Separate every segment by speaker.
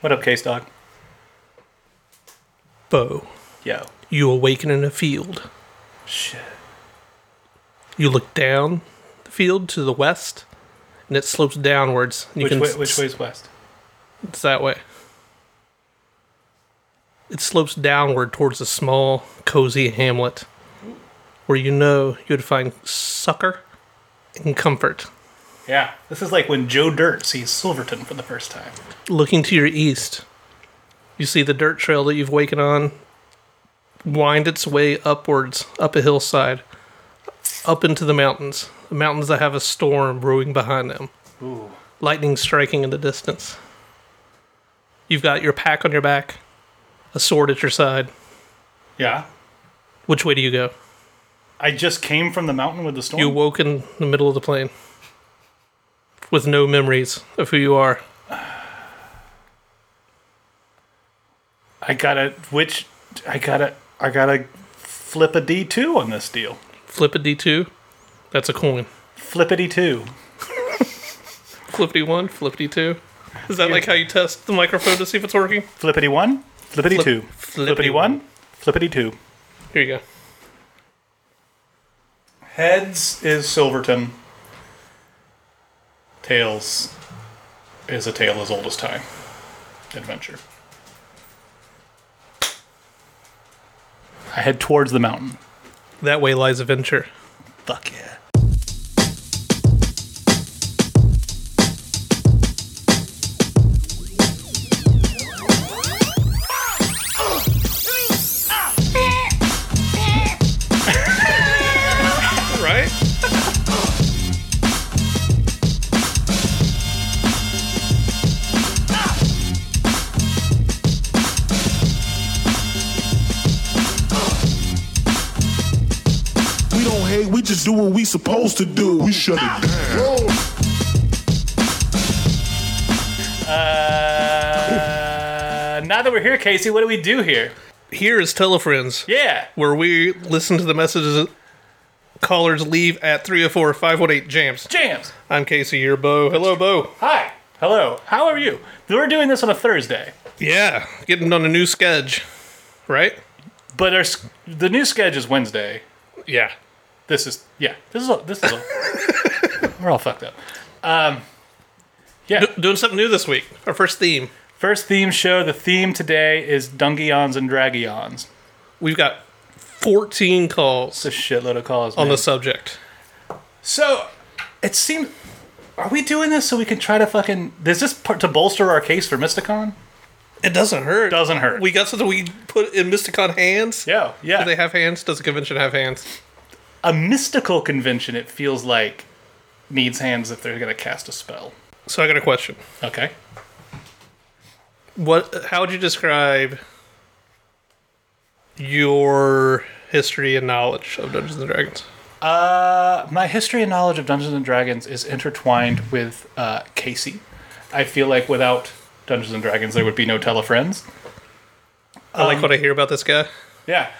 Speaker 1: What up, Case Dog?
Speaker 2: Bo,
Speaker 1: Yo.
Speaker 2: you awaken in a field.
Speaker 1: Shit.
Speaker 2: You look down the field to the west, and it slopes downwards. You
Speaker 1: Which
Speaker 2: can
Speaker 1: way,
Speaker 2: s-
Speaker 1: which way's west?
Speaker 2: It's that way. It slopes downward towards a small, cozy hamlet where you know you would find succor and comfort.
Speaker 1: Yeah. This is like when Joe Dirt sees Silverton for the first time.
Speaker 2: Looking to your east, you see the dirt trail that you've wakened on wind its way upwards, up a hillside, up into the mountains. The mountains that have a storm brewing behind them.
Speaker 1: Ooh.
Speaker 2: lightning striking in the distance. You've got your pack on your back, a sword at your side.
Speaker 1: Yeah.
Speaker 2: Which way do you go?
Speaker 1: I just came from the mountain with the storm.
Speaker 2: You woke in the middle of the plain with no memories of who you are.
Speaker 1: I gotta which I gotta I gotta flip a D two on this deal.
Speaker 2: Flip a d2, that's a coin.
Speaker 1: Flippity two.
Speaker 2: Flippity one, flippity two. Is that like how you test the microphone to see if it's working?
Speaker 1: Flippity one. Flippity
Speaker 2: Flip-
Speaker 1: two.
Speaker 2: flippity
Speaker 1: Flippity one. Flippity two.
Speaker 2: Here you go.
Speaker 1: Heads is Silverton. Tails is a tale as old as time. Adventure. I head towards the mountain.
Speaker 2: That way lies adventure.
Speaker 1: Fuck yeah.
Speaker 2: Right?
Speaker 3: We don't hate, we just do what we supposed to do. We shut it down.
Speaker 1: Uh, now that we're here, Casey, what do we do here?
Speaker 2: Here is Telefriends.
Speaker 1: Yeah.
Speaker 2: where we listen to the messages callers leave at 304 518 Jams.
Speaker 1: Jams.
Speaker 2: I'm Casey, your Bo. Hello, Bo.
Speaker 1: Hi. Hello. How are you? We're doing this on a Thursday,
Speaker 2: Yeah, getting on a new sketch, right?
Speaker 1: but our s- the new schedule is Wednesday.
Speaker 2: Yeah.
Speaker 1: This is yeah. This is all, this is all, we're all fucked up. Um,
Speaker 2: Doing something new this week. Our first theme.
Speaker 1: First theme show. The theme today is Dungions and Dragions.
Speaker 2: We've got 14 calls
Speaker 1: It's a shitload of calls
Speaker 2: on
Speaker 1: man.
Speaker 2: the subject.
Speaker 1: So it seems. Are we doing this so we can try to fucking? Is this part to bolster our case for Mysticon?
Speaker 2: It doesn't hurt.
Speaker 1: Doesn't hurt.
Speaker 2: We got something we put in Mysticon hands.
Speaker 1: Yeah, yeah.
Speaker 2: Do they have hands? Does the convention have hands?
Speaker 1: a mystical convention, it feels like, needs hands if they're going to cast a spell.
Speaker 2: So I got a question.
Speaker 1: Okay.
Speaker 2: What? How would you describe your history and knowledge of Dungeons and Dragons?
Speaker 1: Uh, my history and knowledge of Dungeons and Dragons is intertwined with uh, Casey. I feel like without Dungeons and Dragons, there would be no Telefriends.
Speaker 2: I like what I hear about this guy.
Speaker 1: Um, Yeah.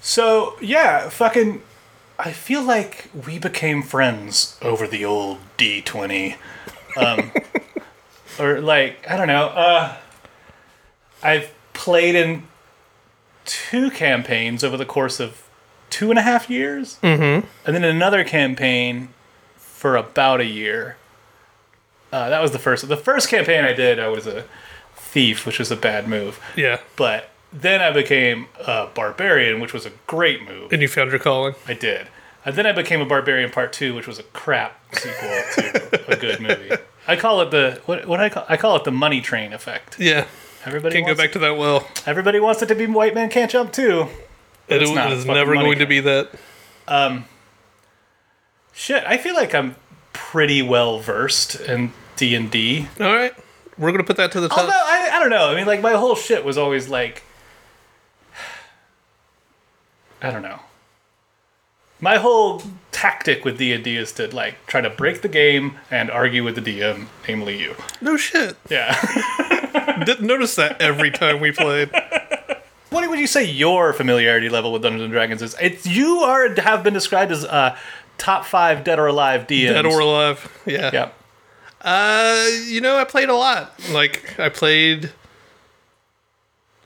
Speaker 1: So, yeah, fucking. I feel like we became friends over the old D20. Um, or, like, I don't know. Uh, I've played in two campaigns over the course of two and a half years. Mm-hmm. And then another campaign for about a year. Uh, that was the first. The first campaign I did, I was a thief, which was a bad move
Speaker 2: Yeah.
Speaker 1: but then I became a barbarian, which was a great move.
Speaker 2: And you found your calling.
Speaker 1: I did. And then I became a barbarian part two, which was a crap sequel to a good movie. I call it the what? What I call I call it the money train effect.
Speaker 2: Yeah.
Speaker 1: Everybody
Speaker 2: Can't go
Speaker 1: wants
Speaker 2: back to that well.
Speaker 1: It, everybody wants it to be white man can't jump too.
Speaker 2: It
Speaker 1: it's
Speaker 2: was
Speaker 1: not a fucking
Speaker 2: never
Speaker 1: money Um,
Speaker 2: going to be that.
Speaker 1: Shit, I feel like I'm pretty well versed in D and D.
Speaker 2: All right. We're going to put that to the top.
Speaker 1: Although I, I don't know. I mean, like my whole shit was always like, I don't know. My whole tactic with D and D is to like try to break the game and argue with the DM, namely you.
Speaker 2: no shit.
Speaker 1: Yeah.
Speaker 2: Didn't notice that every time we played.
Speaker 1: what would you say your familiarity level with Dungeons and Dragons is? It's you are have been described as uh, top five dead or alive DMs.
Speaker 2: Dead or alive. Yeah.
Speaker 1: Yeah.
Speaker 2: Uh, you know, I played a lot. Like I played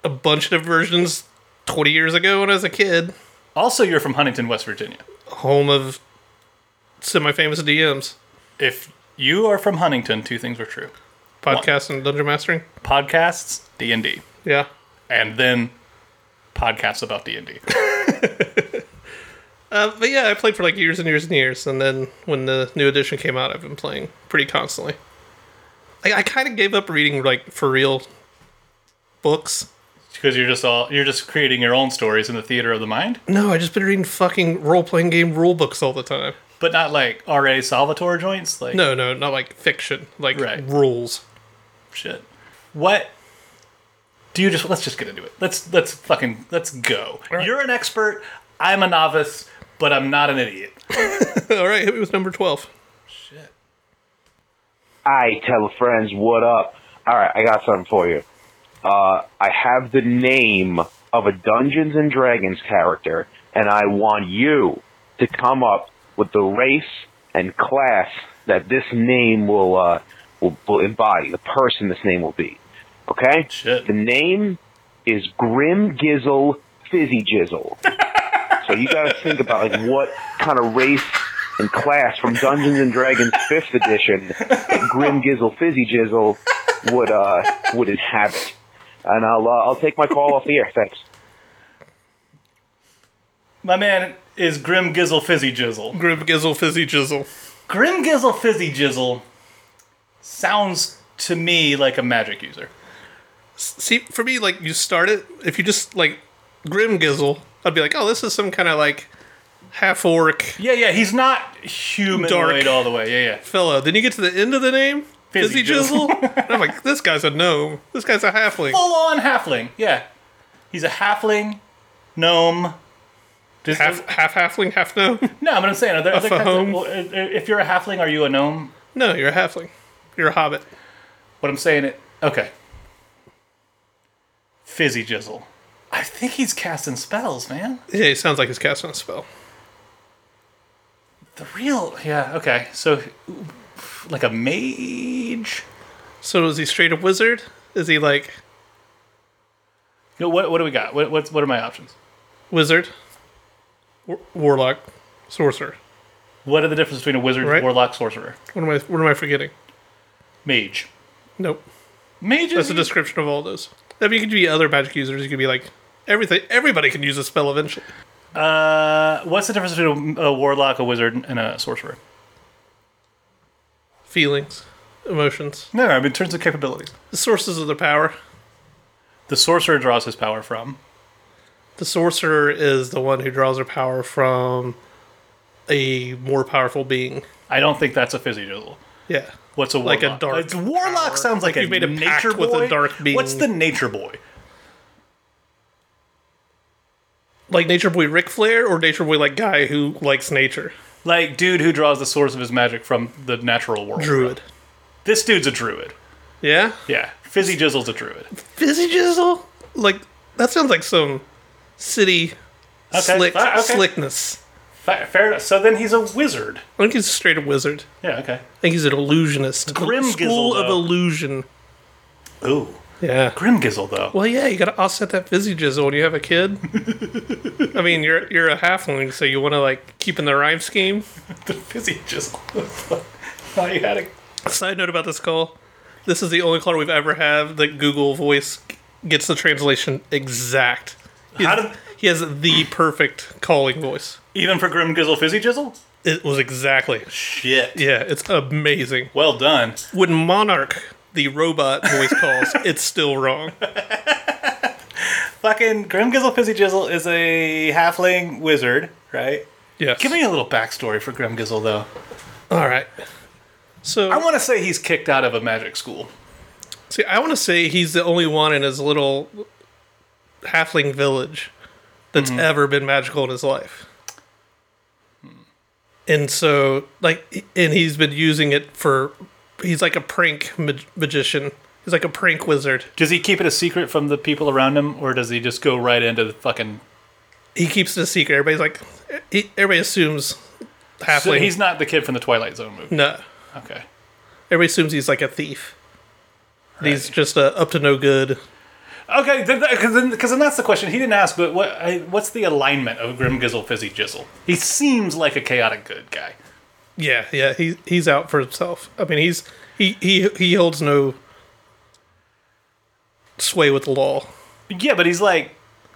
Speaker 2: a bunch of versions 20 years ago when I was a kid.
Speaker 1: Also, you're from Huntington, West Virginia.
Speaker 2: Home of semi famous DMs,
Speaker 1: If you are from Huntington, two things are true:
Speaker 2: podcast and dungeon mastering.
Speaker 1: podcasts, D and D,
Speaker 2: Yeah.
Speaker 1: and then podcasts about D and D.
Speaker 2: Uh, but yeah, I played for like years and years and years, and then when the new edition came out, I've been playing pretty constantly. I, I kind of gave up reading like for real books.
Speaker 1: Because you're just all you're just creating your own stories in the theater of the mind,
Speaker 2: No, I just been reading fucking role playing game rule books all the time.
Speaker 1: but not like R.A. Salvatore joints. Like
Speaker 2: No, no, not like fiction, like
Speaker 1: Right.
Speaker 2: rules.
Speaker 1: shit. What do you just? Let's just get into it. Let's let's fucking let's go. You're an expert. I'm a novice, but I'm not an idiot.
Speaker 2: all right, hit me with number twelve.
Speaker 1: Shit.
Speaker 4: I tell friends what up. All right, I got something for you. Uh, I have the name of a Dungeons and Dragons character, and I want you to come up with the race and class that this name will uh, will, will embody, the person this name will be. Okay.
Speaker 1: Shit.
Speaker 4: The name is Grim Gizzle Fizzy Jizzle. so you got to think about like what kind of race and class from Dungeons and Dragons Fifth Edition that Grim Gizzle Fizzy Jizzle would uh would inhabit. And I'll uh, I'll take my call off the air. Thanks.
Speaker 1: My man is Grim Gizzle Fizzy Jizzle.
Speaker 2: Grim Gizzle Fizzy Jizzle.
Speaker 1: Grim Gizzle Fizzy Jizzle sounds to me like a magic user.
Speaker 2: See, for me, like you start it. If you just like Grim Gizzle, I'd be like, oh, this is some kind of like half orc
Speaker 1: Yeah, yeah, he's not humanoid
Speaker 2: Dark.
Speaker 1: all the way. Yeah, yeah.
Speaker 2: fellow. Then you get to the end of the name,
Speaker 1: Fizzy
Speaker 2: Fizzy, Jizzle. and I'm like, this guy's a gnome. This guy's a halfling.
Speaker 1: Full on halfling. Yeah. He's a halfling gnome. Does-
Speaker 2: Half, half halfling, half gnome.
Speaker 1: no, but I'm saying, are there other kinds of,
Speaker 2: fahome?
Speaker 1: well, i- i- if you're a halfling, are you a gnome?
Speaker 2: no, you're a halfling. You're a hobbit.
Speaker 1: But I'm saying it. Okay. Fizzy Jizzle. I think he's casting spells, man.
Speaker 2: Yeah, he sounds like he's casting a spell.
Speaker 1: The real. Yeah, okay. So, like a mage?
Speaker 2: So is he straight a wizard? Is he like
Speaker 1: No, what, what do we got? What, what's, what are my options?
Speaker 2: wizard, war- warlock, sorcerer?
Speaker 1: What are the difference between a wizard,
Speaker 2: Right.
Speaker 1: warlock, sorcerer?
Speaker 2: What am I? What am I forgetting?
Speaker 1: Mage.
Speaker 2: Nope.
Speaker 1: Mage is.
Speaker 2: That's a description of all those. I mean, you could be other magic users. You could be like everything. Everybody can use a spell eventually.
Speaker 1: uh, what's the difference between a, a warlock, a wizard, and a sorcerer?
Speaker 2: Feelings, emotions,
Speaker 1: No, no, in terms of capabilities.
Speaker 2: the sources of their power.
Speaker 1: The sorcerer draws his power from.
Speaker 2: The sorcerer is the one who draws their power from a more powerful being.
Speaker 1: I don't think that's a fizzy jizzle.
Speaker 2: Yeah.
Speaker 1: What's a warlock?
Speaker 2: Like a dark
Speaker 1: It's- warlock
Speaker 2: power.
Speaker 1: sounds like, a
Speaker 2: Like you've made a pact
Speaker 1: nature
Speaker 2: with a
Speaker 1: boy.
Speaker 2: dark being.
Speaker 1: What's the nature boy?
Speaker 2: Like Nature Boy Ric Flair or Nature Boy like guy who likes nature.
Speaker 1: Like dude who draws the source of his magic from the natural world.
Speaker 2: Druid.
Speaker 1: This dude's a druid.
Speaker 2: Yeah?
Speaker 1: Yeah, fizzy jizzle's a druid.
Speaker 2: Fizzy Jizzle? Like that sounds like some city
Speaker 1: Okay,
Speaker 2: slick
Speaker 1: fi- okay.
Speaker 2: slickness.
Speaker 1: Fa- Fair enough. So then he's a wizard.
Speaker 2: I think he's straight a wizard.
Speaker 1: Yeah. Okay.
Speaker 2: I think he's an illusionist.
Speaker 1: Grim
Speaker 2: School
Speaker 1: Gizzle,
Speaker 2: of
Speaker 1: though.
Speaker 2: illusion.
Speaker 1: Ooh,
Speaker 2: Yeah.
Speaker 1: grim gizzle though.
Speaker 2: Well, yeah, you gotta offset that fizzy jizzle when you have a kid. I mean, you're you're a halfling, so you want to like keep in the rhyme scheme.
Speaker 1: The fizzy just thought Oh, you had a
Speaker 2: Side note about this call: this is the only caller we've ever had that Google Voice gets the translation exact. He
Speaker 1: How
Speaker 2: has,
Speaker 1: did-
Speaker 2: he has the perfect calling voice.
Speaker 1: even for Grim Gizzle Fizzy Jizzle?
Speaker 2: It was exactly.
Speaker 1: Shit.
Speaker 2: Yeah, it's amazing.
Speaker 1: Well done.
Speaker 2: When Monarch, the robot voice calls, it's still wrong.
Speaker 1: Fucking Grim Gizzle Fizzy Jizzle is a halfling wizard, right?
Speaker 2: Yes.
Speaker 1: Give me a little backstory for Grim Gizzle though.
Speaker 2: All right. So
Speaker 1: I want to say he's kicked out of a magic school.
Speaker 2: See, I want to say he's the only one in his little halfling village that's
Speaker 1: Mm-hmm.
Speaker 2: ever been magical in his life. Hmm. And so, like, and he's been using it for. He's like a prank mag- magician. He's like a prank wizard.
Speaker 1: Does he keep it a secret from the people around him, or does he just go right into the fucking?
Speaker 2: He keeps it a secret. Everybody's like, he, everybody assumes halfling.
Speaker 1: So he's not the kid from the Twilight Zone movie.
Speaker 2: no.
Speaker 1: Okay.
Speaker 2: Everybody assumes he's like a thief. He's just a up to no good
Speaker 1: Okay, because then, 'cause then that's the question. He didn't ask, but what I, what's the alignment of Grim Gizzle Fizzy Jizzle? He seems like a chaotic good guy.
Speaker 2: Yeah, yeah, he he's out for himself. I mean, he's he he he holds no sway with the law.
Speaker 1: Yeah, but he's like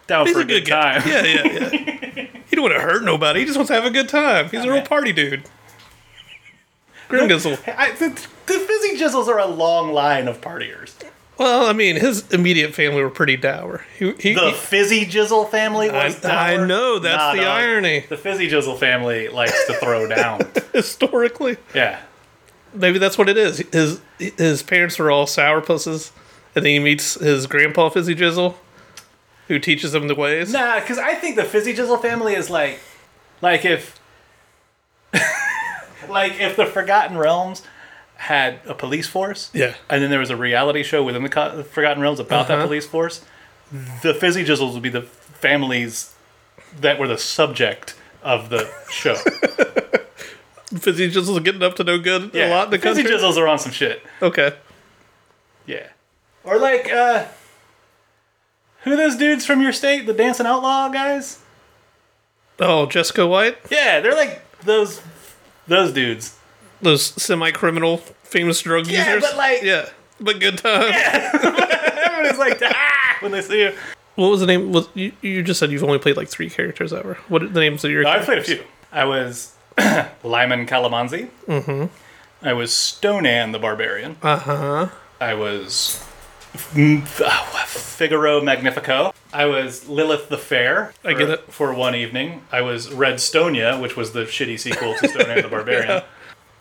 Speaker 1: down
Speaker 2: He's
Speaker 1: for
Speaker 2: a good, guy.
Speaker 1: time.
Speaker 2: Yeah, yeah, yeah. he don't want to hurt nobody. He just wants to have a good time. He's a real
Speaker 1: man.
Speaker 2: party dude. Grimgizzle.
Speaker 1: I, the, the Fizzy Jizzles are a long line of partiers.
Speaker 2: Well, I mean, his immediate family were pretty dour. He, he,
Speaker 1: The
Speaker 2: he-
Speaker 1: Fizzy Jizzle family was
Speaker 2: I- I
Speaker 1: dour?
Speaker 2: know, that's
Speaker 1: Nah,
Speaker 2: the
Speaker 1: dog.
Speaker 2: irony.
Speaker 1: The Fizzy Jizzle family likes to throw down.
Speaker 2: historically,
Speaker 1: Yeah.
Speaker 2: maybe that's what it is. His his parents were all sourpusses, and then he meets his grandpa Fizzy Jizzle, who teaches him the ways.
Speaker 1: Nah, because I think the Fizzy Jizzle family is like, like if, like if the Forgotten Realms had a police force,
Speaker 2: Yeah.
Speaker 1: and then there was a reality show within the co- the Forgotten Realms about that
Speaker 2: Uh-huh.
Speaker 1: police force, the Fizzy Jizzles would be the families that were the subject of the show.
Speaker 2: Fizzy Jizzle's getting up to no good a
Speaker 1: Yeah,
Speaker 2: lot in the country.
Speaker 1: Fizzy Jizzles are on some shit.
Speaker 2: Okay.
Speaker 1: Yeah, or like, uh, who are those dudes from your state, the Dancing Outlaw guys?
Speaker 2: Oh, Jessica White,
Speaker 1: Yeah, they're like those those dudes.
Speaker 2: those semi-criminal famous drug
Speaker 1: Yeah,
Speaker 2: users.
Speaker 1: but like-
Speaker 2: yeah, but good time.
Speaker 1: Everybody's like, ah, when they see you.
Speaker 2: What was the name? Was you, you just said you've only played like three characters ever? What are the names of your?
Speaker 1: I
Speaker 2: characters?
Speaker 1: played a few. I was Lyman Calamanzi. Mm-hmm. I was Stone Ann the Barbarian. Uh huh. I was
Speaker 2: Mm,
Speaker 1: F-
Speaker 2: ah,
Speaker 1: uh, Figaro Magnifico. I was Lilith the Fair.
Speaker 2: I get
Speaker 1: for-
Speaker 2: it.
Speaker 1: For one evening. I was Red Stonia, which was the shitty sequel to Stone Ann the Barbarian.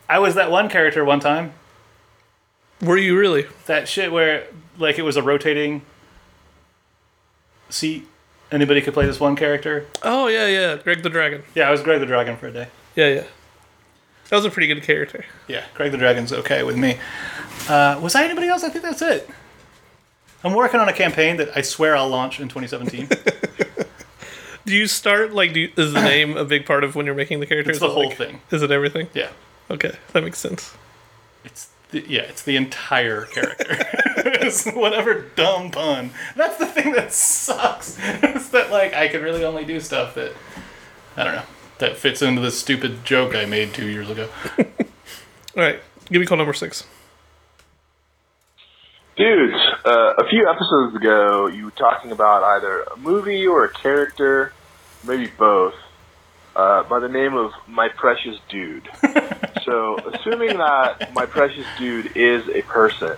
Speaker 1: I was that one character one time.
Speaker 2: Were you really?
Speaker 1: That shit where, like, it was a rotating seat. Anybody could play this one character.
Speaker 2: Oh yeah, yeah. Greg the Dragon.
Speaker 1: Yeah, I was Greg the Dragon for a day.
Speaker 2: Yeah, yeah. That was a pretty good character.
Speaker 1: Yeah, Greg the Dragon's okay with me. Uh, was I anybody else? I think that's it. I'm working on a campaign that I swear I'll launch in 2017.
Speaker 2: Do you start like? Do you, is the name a big part of when you're making the character?
Speaker 1: It's
Speaker 2: Is
Speaker 1: the
Speaker 2: it,
Speaker 1: whole
Speaker 2: like-
Speaker 1: thing.
Speaker 2: Is it everything?
Speaker 1: Yeah,
Speaker 2: Okay, that makes sense.
Speaker 1: it's the, yeah, it's the entire character. It's whatever dumb pun. That's the thing that sucks. It's that like I can really only do stuff that I don't know that fits into the stupid joke I made two years ago.
Speaker 2: All right, give me call number six.
Speaker 5: Dudes, uh, a few episodes ago, you were talking about either a movie or a character, maybe both, uh, by the name of My Precious Dude. so, assuming that My Precious Dude is a person,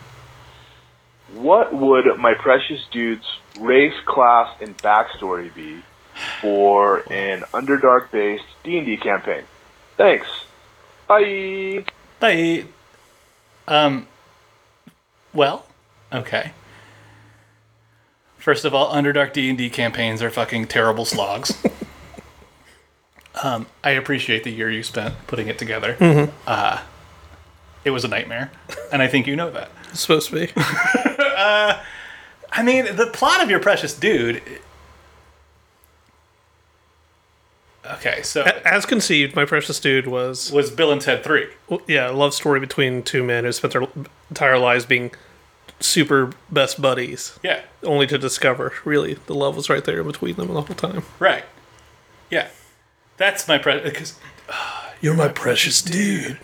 Speaker 5: what would My Precious Dude's race, class, and backstory be for an Underdark-based D&D campaign? Thanks. Bye.
Speaker 1: Bye. Um. Well, okay. First of all, Underdark D and D campaigns are fucking terrible slogs. um, I appreciate the year you spent putting it together. Uh,
Speaker 2: Mm-hmm.
Speaker 1: it was a nightmare, and I think you know that. Uh,
Speaker 2: It's supposed to be.
Speaker 1: I mean, the plot of your precious dude. Okay, so it
Speaker 2: As conceived, My Precious Dude was
Speaker 1: was Bill and Ted Three.
Speaker 2: Well, yeah, a love story between two men who spent their entire lives being super best buddies,
Speaker 1: Yeah,
Speaker 2: only to discover really the love was right there between them the whole time.
Speaker 1: right. Yeah, that's my precious. Because
Speaker 2: You're my precious dude.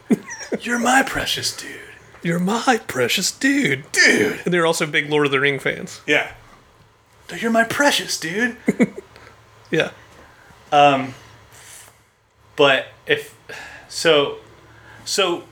Speaker 1: You're my precious dude.
Speaker 2: You're my precious dude.
Speaker 1: Dude.
Speaker 2: And they're also big Lord of the Ring fans.
Speaker 1: Yeah. You're my precious dude.
Speaker 2: Yeah.
Speaker 1: Um, but if so, so,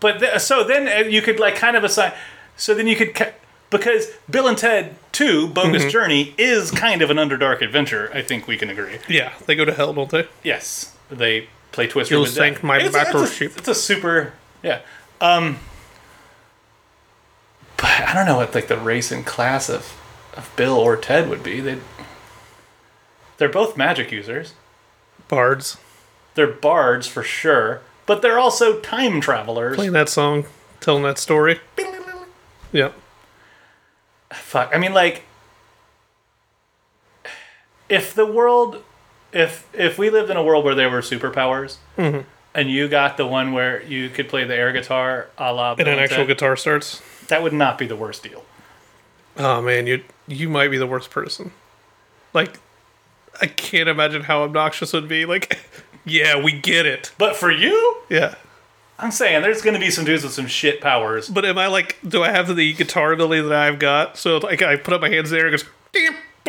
Speaker 1: but th- so then uh, you could like kind of assign. So then you could ca- because Bill and Ted Two Bogus
Speaker 2: Mm-hmm.
Speaker 1: Journey is kind of an underdark adventure. I think we can agree.
Speaker 2: Yeah. They go to hell, don't they?
Speaker 1: Yes, they play Twister.
Speaker 2: You'll
Speaker 1: with Death.
Speaker 2: thank my
Speaker 1: it's, a- it's a-
Speaker 2: battleship.
Speaker 1: It's a super yeah. Um, but I don't know what like the race and class of of Bill or Ted would be. They they're both magic users.
Speaker 2: Bards
Speaker 1: They're bards for sure, but they're also time travelers.
Speaker 2: playing that song, telling that story. Yeah.
Speaker 1: Fuck. I mean, like, if the world, if if we lived in a world where there were superpowers,
Speaker 2: Mm-hmm.
Speaker 1: and you got the one where you could play the air guitar a la
Speaker 2: And
Speaker 1: Bill
Speaker 2: an actual
Speaker 1: Ted,
Speaker 2: guitar starts.
Speaker 1: that would not be the worst deal.
Speaker 2: Oh man, you you might be the worst person. Like, I can't imagine how obnoxious it would be. Like, yeah, we get it.
Speaker 1: But for you,
Speaker 2: Yeah,
Speaker 1: I'm saying there's going to be some dudes with some shit powers.
Speaker 2: but am I like? Do I have the guitar ability that I've got? So like, I put up my hands there and it goes.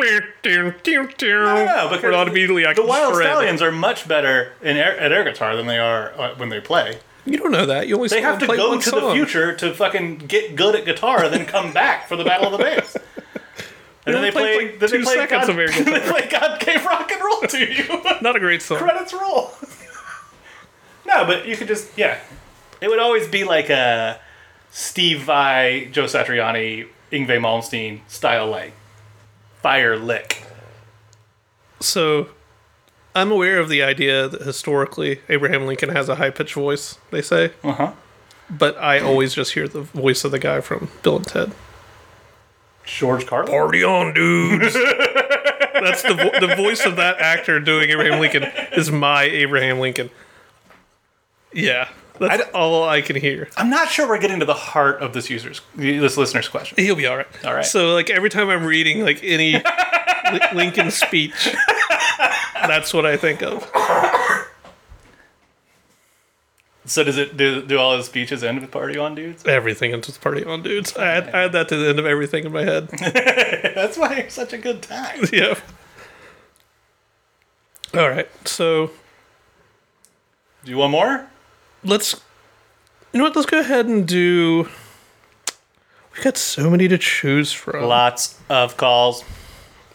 Speaker 1: I
Speaker 2: No,
Speaker 1: don't know, because
Speaker 2: because immediately I
Speaker 1: the
Speaker 2: can
Speaker 1: Wild
Speaker 2: shred.
Speaker 1: Stallions are much better in air, at air guitar than they are uh, when they play.
Speaker 2: You don't know that. You only
Speaker 1: They have to
Speaker 2: play
Speaker 1: go
Speaker 2: one
Speaker 1: to
Speaker 2: song.
Speaker 1: the future to fucking get good at guitar and then come back for the Battle of the Bands. And then
Speaker 2: only
Speaker 1: they play,
Speaker 2: played, like,
Speaker 1: then they
Speaker 2: two
Speaker 1: play
Speaker 2: seconds
Speaker 1: God,
Speaker 2: of air guitar.
Speaker 1: They play God gave rock and roll to you.
Speaker 2: Not a great song.
Speaker 1: credits roll. no, but you could just yeah. It would always be like a Steve Vai, Joe Satriani, Ingve Malmsteen style like fire lick.
Speaker 2: So, I'm aware of the idea that historically Abraham Lincoln has a high pitched voice. They say. Uh
Speaker 1: Uh-huh.
Speaker 2: huh. But I always just hear the voice of the guy from Bill and Ted.
Speaker 1: George Carlin.
Speaker 2: Party on, dudes! That's the vo- the voice of that actor doing Abraham Lincoln is my Abraham Lincoln. Yeah, that's all I can hear.
Speaker 1: I'm not sure we're getting to the heart of this user's this listener's question.
Speaker 2: He'll be all right.
Speaker 1: All right.
Speaker 2: So like every time I'm reading like any Li- Lincoln speech, that's what I think of.
Speaker 1: So does it do, do all his speeches end with party on dudes?
Speaker 2: Everything into the party on, dudes. I had, I had that to the end of everything in my head.
Speaker 1: That's why you're such a good time.
Speaker 2: yeah. All right. So
Speaker 1: Do you want more?
Speaker 2: let's you know what let's go ahead and do we've got so many to choose from
Speaker 1: Lots of calls.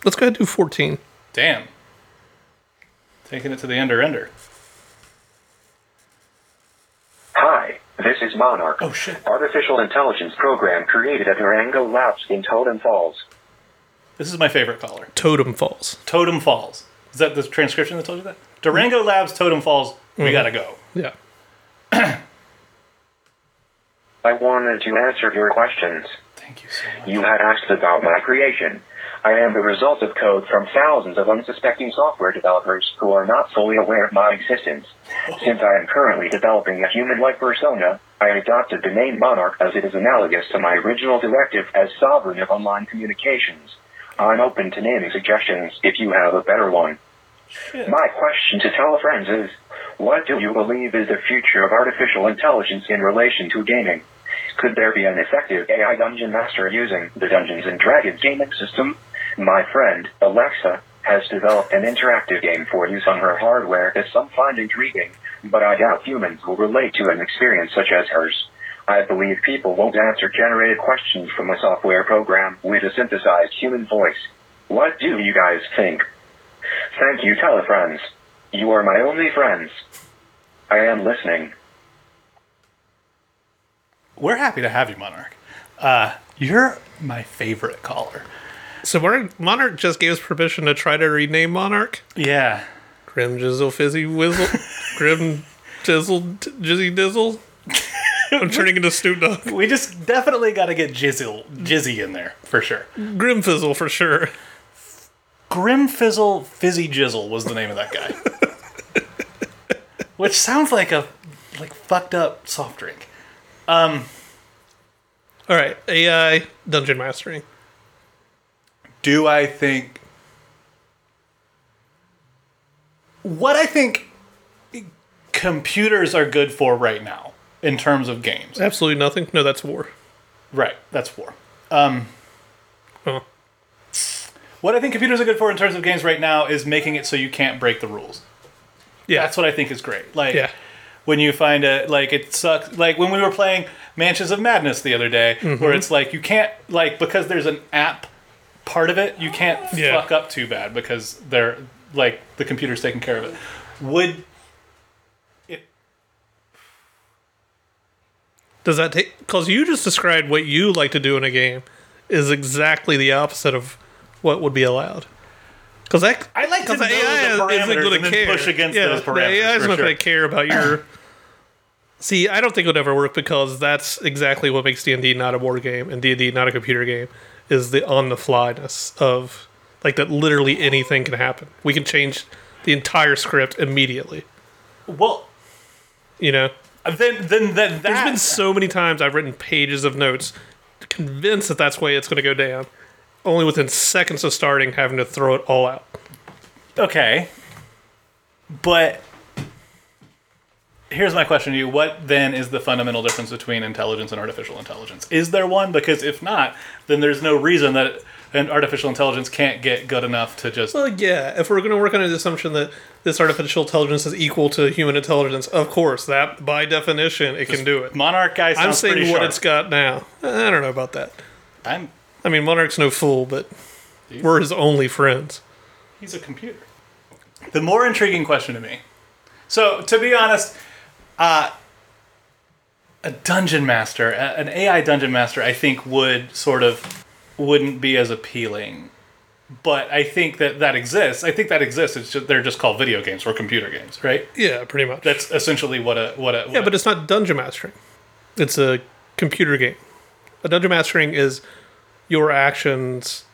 Speaker 2: let's go ahead and do 14
Speaker 1: Damn. Taking it to the ender ender.
Speaker 6: Hi, this is Monarch.
Speaker 1: Oh shit.
Speaker 6: Artificial intelligence program created at Durango Labs in Totem Falls.
Speaker 1: This is my favorite caller.
Speaker 2: totem falls
Speaker 1: Totem Falls. Is that the transcription that told you that? Durango Labs, Totem Falls. We
Speaker 2: Mm-hmm.
Speaker 1: gotta go.
Speaker 2: yeah
Speaker 6: I wanted to answer your questions.
Speaker 1: Thank you so much.
Speaker 6: You had asked about my creation. I am the result of code from thousands of unsuspecting software developers who are not fully aware of my existence. Since I am currently developing a human-like persona, I adopted the name Monarch as it is analogous to my original directive as sovereign of online communications. I'm open to naming suggestions if you have a better one. My question to telefriends is, what do you believe is the future of artificial intelligence in relation to gaming? Could there be an effective AI dungeon master using the Dungeons and Dragons gaming system? My friend, Alexa, has developed an interactive game for use on her hardware that some find intriguing, but I doubt humans will relate to an experience such as hers. I believe people won't answer generated questions from a software program with a synthesized human voice. What do you guys think? Thank you, telefriends. You are my only friends. I am listening.
Speaker 1: We're happy to have you, Monarch. Uh, you're my favorite caller.
Speaker 2: so monarch, monarch just gave us permission to try to rename monarch
Speaker 1: Yeah.
Speaker 2: grim jizzle fizzy whizzle grim jizzle d- jizzy dizzle i'm turning into snoop dogg
Speaker 1: We just definitely gotta get Jizzle, Jizzy in there, for sure.
Speaker 2: grim fizzle for sure
Speaker 1: Grim Fizzle Fizzy Jizzle was the name of that guy. Which sounds like a like fucked up soft drink. Um,
Speaker 2: all right ai dungeon mastering
Speaker 1: do I think what I think computers are good for right now in terms of games?
Speaker 2: absolutely nothing no that's war
Speaker 1: Right, that's war. Um,
Speaker 2: Huh.
Speaker 1: What I think computers are good for in terms of games right now is making it so you can't break the rules.
Speaker 2: Yeah.
Speaker 1: that's what I think is great. Like
Speaker 2: yeah
Speaker 1: when you find a like it sucks like when we were playing mansions of madness the other day
Speaker 2: Mm-hmm.
Speaker 1: where it's like you can't like because there's an app part of it you can't
Speaker 2: Yeah.
Speaker 1: fuck up too bad because they're like the computer's taking care of it would
Speaker 2: Does that take? Because you just described what you like to do in a game is exactly the opposite of what would be allowed. Because that
Speaker 1: I like to
Speaker 2: 'cause
Speaker 1: know the
Speaker 2: isn't
Speaker 1: parameters
Speaker 2: gonna
Speaker 1: and then push against
Speaker 2: yeah,
Speaker 1: those
Speaker 2: the
Speaker 1: parameters,
Speaker 2: AI
Speaker 1: for
Speaker 2: isn't
Speaker 1: sure.
Speaker 2: going to care about your. See, I don't think it would ever work because that's exactly what makes D and D not a board game and D and D not a computer game is the on the flyness of like that. Literally anything can happen. We can change the entire script immediately.
Speaker 1: well uh,
Speaker 2: You know,
Speaker 1: then then then
Speaker 2: there's
Speaker 1: that
Speaker 2: been so many times I've written pages of notes, convinced that that's the way it's going to go down, only within seconds of starting having to throw it all out.
Speaker 1: Okay. But here's my question to you. What then is the fundamental difference between intelligence and artificial intelligence? Is there one? Because if not, then there's no reason that an artificial intelligence can't get good enough to just.
Speaker 2: Well, yeah, if we're going to work under the assumption that this artificial intelligence is equal to human intelligence, of course, that by definition, it can do it.
Speaker 1: Monarch guy sounds
Speaker 2: I'm saying
Speaker 1: pretty
Speaker 2: what
Speaker 1: sharp.
Speaker 2: it's got now. I don't know about that.
Speaker 1: I'm,
Speaker 2: I mean, Monarch's no fool, but we're his only friends.
Speaker 1: he's a computer. The more intriguing question to me. So, to be honest, uh, a dungeon master, a- an AI dungeon master, I think would sort of wouldn't be as appealing. But I think that that exists. I think that exists. It's just, they're just called video games or computer games, right?
Speaker 2: Yeah, pretty much.
Speaker 1: That's essentially what a what a
Speaker 2: yeah, but it's not dungeon mastering. It's a computer game. A dungeon mastering is your actions.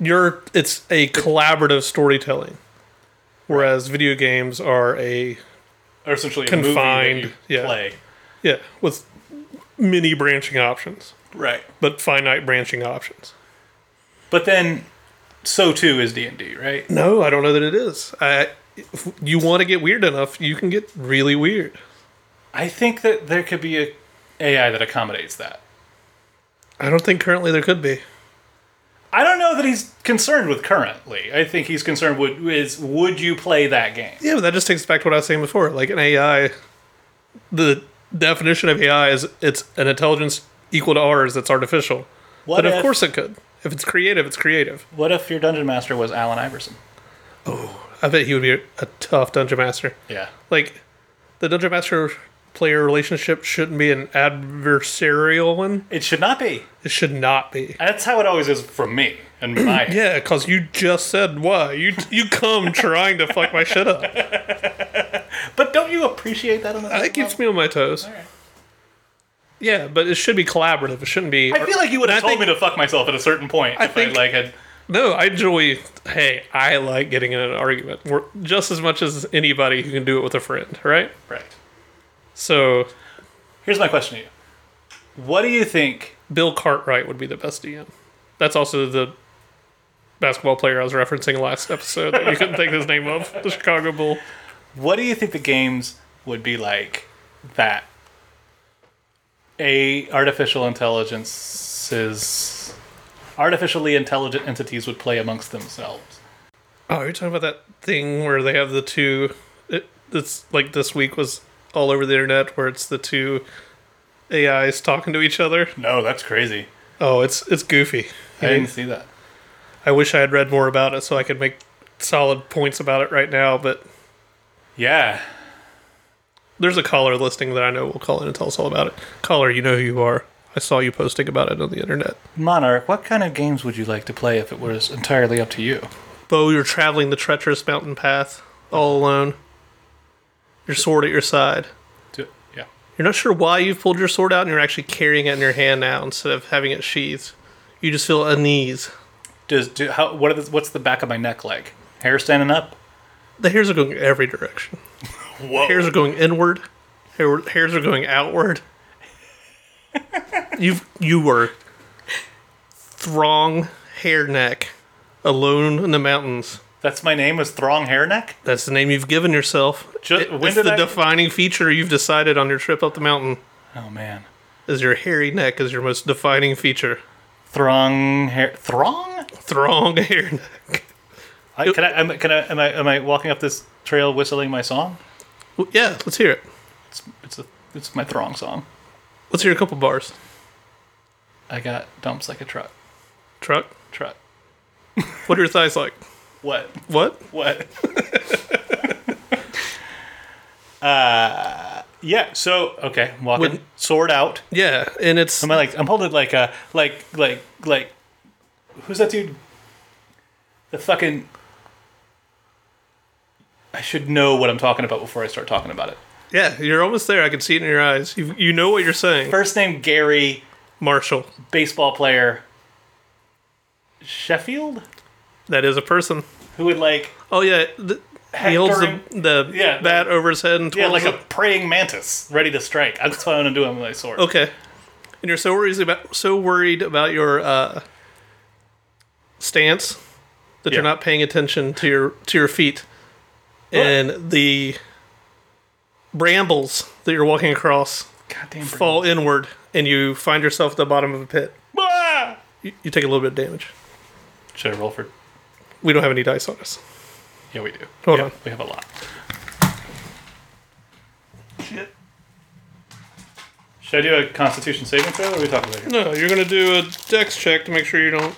Speaker 2: Your it's a collaborative storytelling, whereas video games are a
Speaker 1: or essentially a
Speaker 2: confined,
Speaker 1: movie that you
Speaker 2: yeah.
Speaker 1: play,
Speaker 2: Yeah, with many branching options,
Speaker 1: right?
Speaker 2: but finite branching options.
Speaker 1: But then, so too is D and D, right?
Speaker 2: No, I don't know that it is. I, if you want to get weird enough, you can get really weird.
Speaker 1: I think that there could be a AI that accommodates that.
Speaker 2: I don't think currently there could be.
Speaker 1: I don't know that he's concerned with currently. I think he's concerned with is would you play that game?
Speaker 2: Yeah, but that just takes back to what I was saying before. Like an AI, the definition of AI is it's an intelligence equal to ours that's artificial.
Speaker 1: What
Speaker 2: But of
Speaker 1: if-
Speaker 2: course it could. If it's creative, it's creative.
Speaker 1: What if your dungeon master was Alan Iverson?
Speaker 2: I bet he would be a, a tough dungeon master.
Speaker 1: Yeah.
Speaker 2: Like the dungeon master player relationship shouldn't be an adversarial one.
Speaker 1: It should not be.
Speaker 2: It should not be.
Speaker 1: That's how it always is from me and my
Speaker 2: Yeah, because you just said why. You you come trying to fuck my shit up.
Speaker 1: But don't you appreciate that on the
Speaker 2: It keeps me on my toes. Yeah, but it should be collaborative. It shouldn't be.
Speaker 1: I feel like you would have
Speaker 2: And I
Speaker 1: told
Speaker 2: think-
Speaker 1: me to fuck myself at a certain point
Speaker 2: I
Speaker 1: if
Speaker 2: think-
Speaker 1: I like had
Speaker 2: No, I enjoy. Hey, I like getting in an argument We're- just as much as anybody who can do it with a friend, right?
Speaker 1: right.
Speaker 2: So
Speaker 1: Here's my question to you. What do you think
Speaker 2: Bill Cartwright would be the best DM. That's also the basketball player I was referencing last episode that you couldn't think of his name of, the Chicago Bull.
Speaker 1: what do you think the games would be like that a artificial intelligences artificially intelligent entities would play amongst themselves
Speaker 2: Oh, you're talking about that thing where they have the two. It, it's like this week was all over the internet where it's the two AIs talking to each other.
Speaker 1: no that's crazy
Speaker 2: Oh, it's it's goofy.
Speaker 1: i didn't see that
Speaker 2: I wish I had read more about it so I could make solid points about it right now. But
Speaker 1: yeah
Speaker 2: there's a caller listening that I know will call in and tell us all about it. Caller, you know who you are. I saw you posting about it on the internet.
Speaker 1: monarch what kind of games would you like to play if it was entirely up to you
Speaker 2: Bo, you're traveling the treacherous mountain path all alone. Your sword at your side.
Speaker 1: Do- yeah
Speaker 2: You're not sure why you've pulled your sword out and you're actually carrying it in your hand now instead of having it sheathed. You just feel unease.
Speaker 1: does do how what are the, what's the back of my neck like hair standing up
Speaker 2: The hairs are going every direction.
Speaker 1: Whoa.
Speaker 2: Hairs are going inward. Hair, hairs are going outward. you you were Throng Hair Neck, alone in the mountains.
Speaker 1: that's my name is throng hair neck
Speaker 2: That's the name you've given yourself.
Speaker 1: Ju-
Speaker 2: It-
Speaker 1: when
Speaker 2: it's
Speaker 1: did
Speaker 2: the
Speaker 1: I-
Speaker 2: defining feature you've decided on your trip up the mountain.
Speaker 1: oh man
Speaker 2: Is your hairy neck is your most defining feature?
Speaker 1: throng hair throng
Speaker 2: Throng hair neck.
Speaker 1: I, can I, am, can I, am I, am I walking up this trail whistling my song?
Speaker 2: Well, yeah, let's hear it.
Speaker 1: It's, it's, a, it's my throng song.
Speaker 2: Let's hear a couple bars.
Speaker 1: I got dumps like a truck.
Speaker 2: Truck.
Speaker 1: Truck.
Speaker 2: What are your thighs like?
Speaker 1: What?
Speaker 2: What?
Speaker 1: What? uh, Uh, yeah. So okay, I'm walking
Speaker 2: Would-
Speaker 1: sword out.
Speaker 2: Yeah, and it's
Speaker 1: Am I like I'm holding like a like like like who's that dude? The fucking. I should know what I'm talking about before I start talking about it.
Speaker 2: yeah. You're almost there. I can see it in your eyes. You you know what you're saying.
Speaker 1: First name Gary.
Speaker 2: Marshall.
Speaker 1: baseball player Sheffield
Speaker 2: That is a person.
Speaker 1: who would like
Speaker 2: Oh yeah. th- he holds the, the
Speaker 1: Yeah.
Speaker 2: bat over his head and
Speaker 1: yeah, like
Speaker 2: twirls
Speaker 1: a
Speaker 2: it.
Speaker 1: praying mantis ready to strike. That's what I'm gonna do with my sword.
Speaker 2: okay. And you're so worried about so worried about your uh, stance that you're
Speaker 1: Yeah.
Speaker 2: not paying attention to your to your feet and the brambles that you're walking across
Speaker 1: Goddamn.
Speaker 2: fall inward and you find yourself at the bottom of a pit.
Speaker 1: Ah!
Speaker 2: You, you take a little bit of damage.
Speaker 1: Should I roll for?
Speaker 2: We don't have any dice on us.
Speaker 1: Yeah, we do.
Speaker 2: Hold
Speaker 1: Yeah,
Speaker 2: on.
Speaker 1: We have a lot. Shit. Should I do a Constitution saving throw? Or are we talking about here?
Speaker 2: No, you're gonna do a dex check to make sure you don't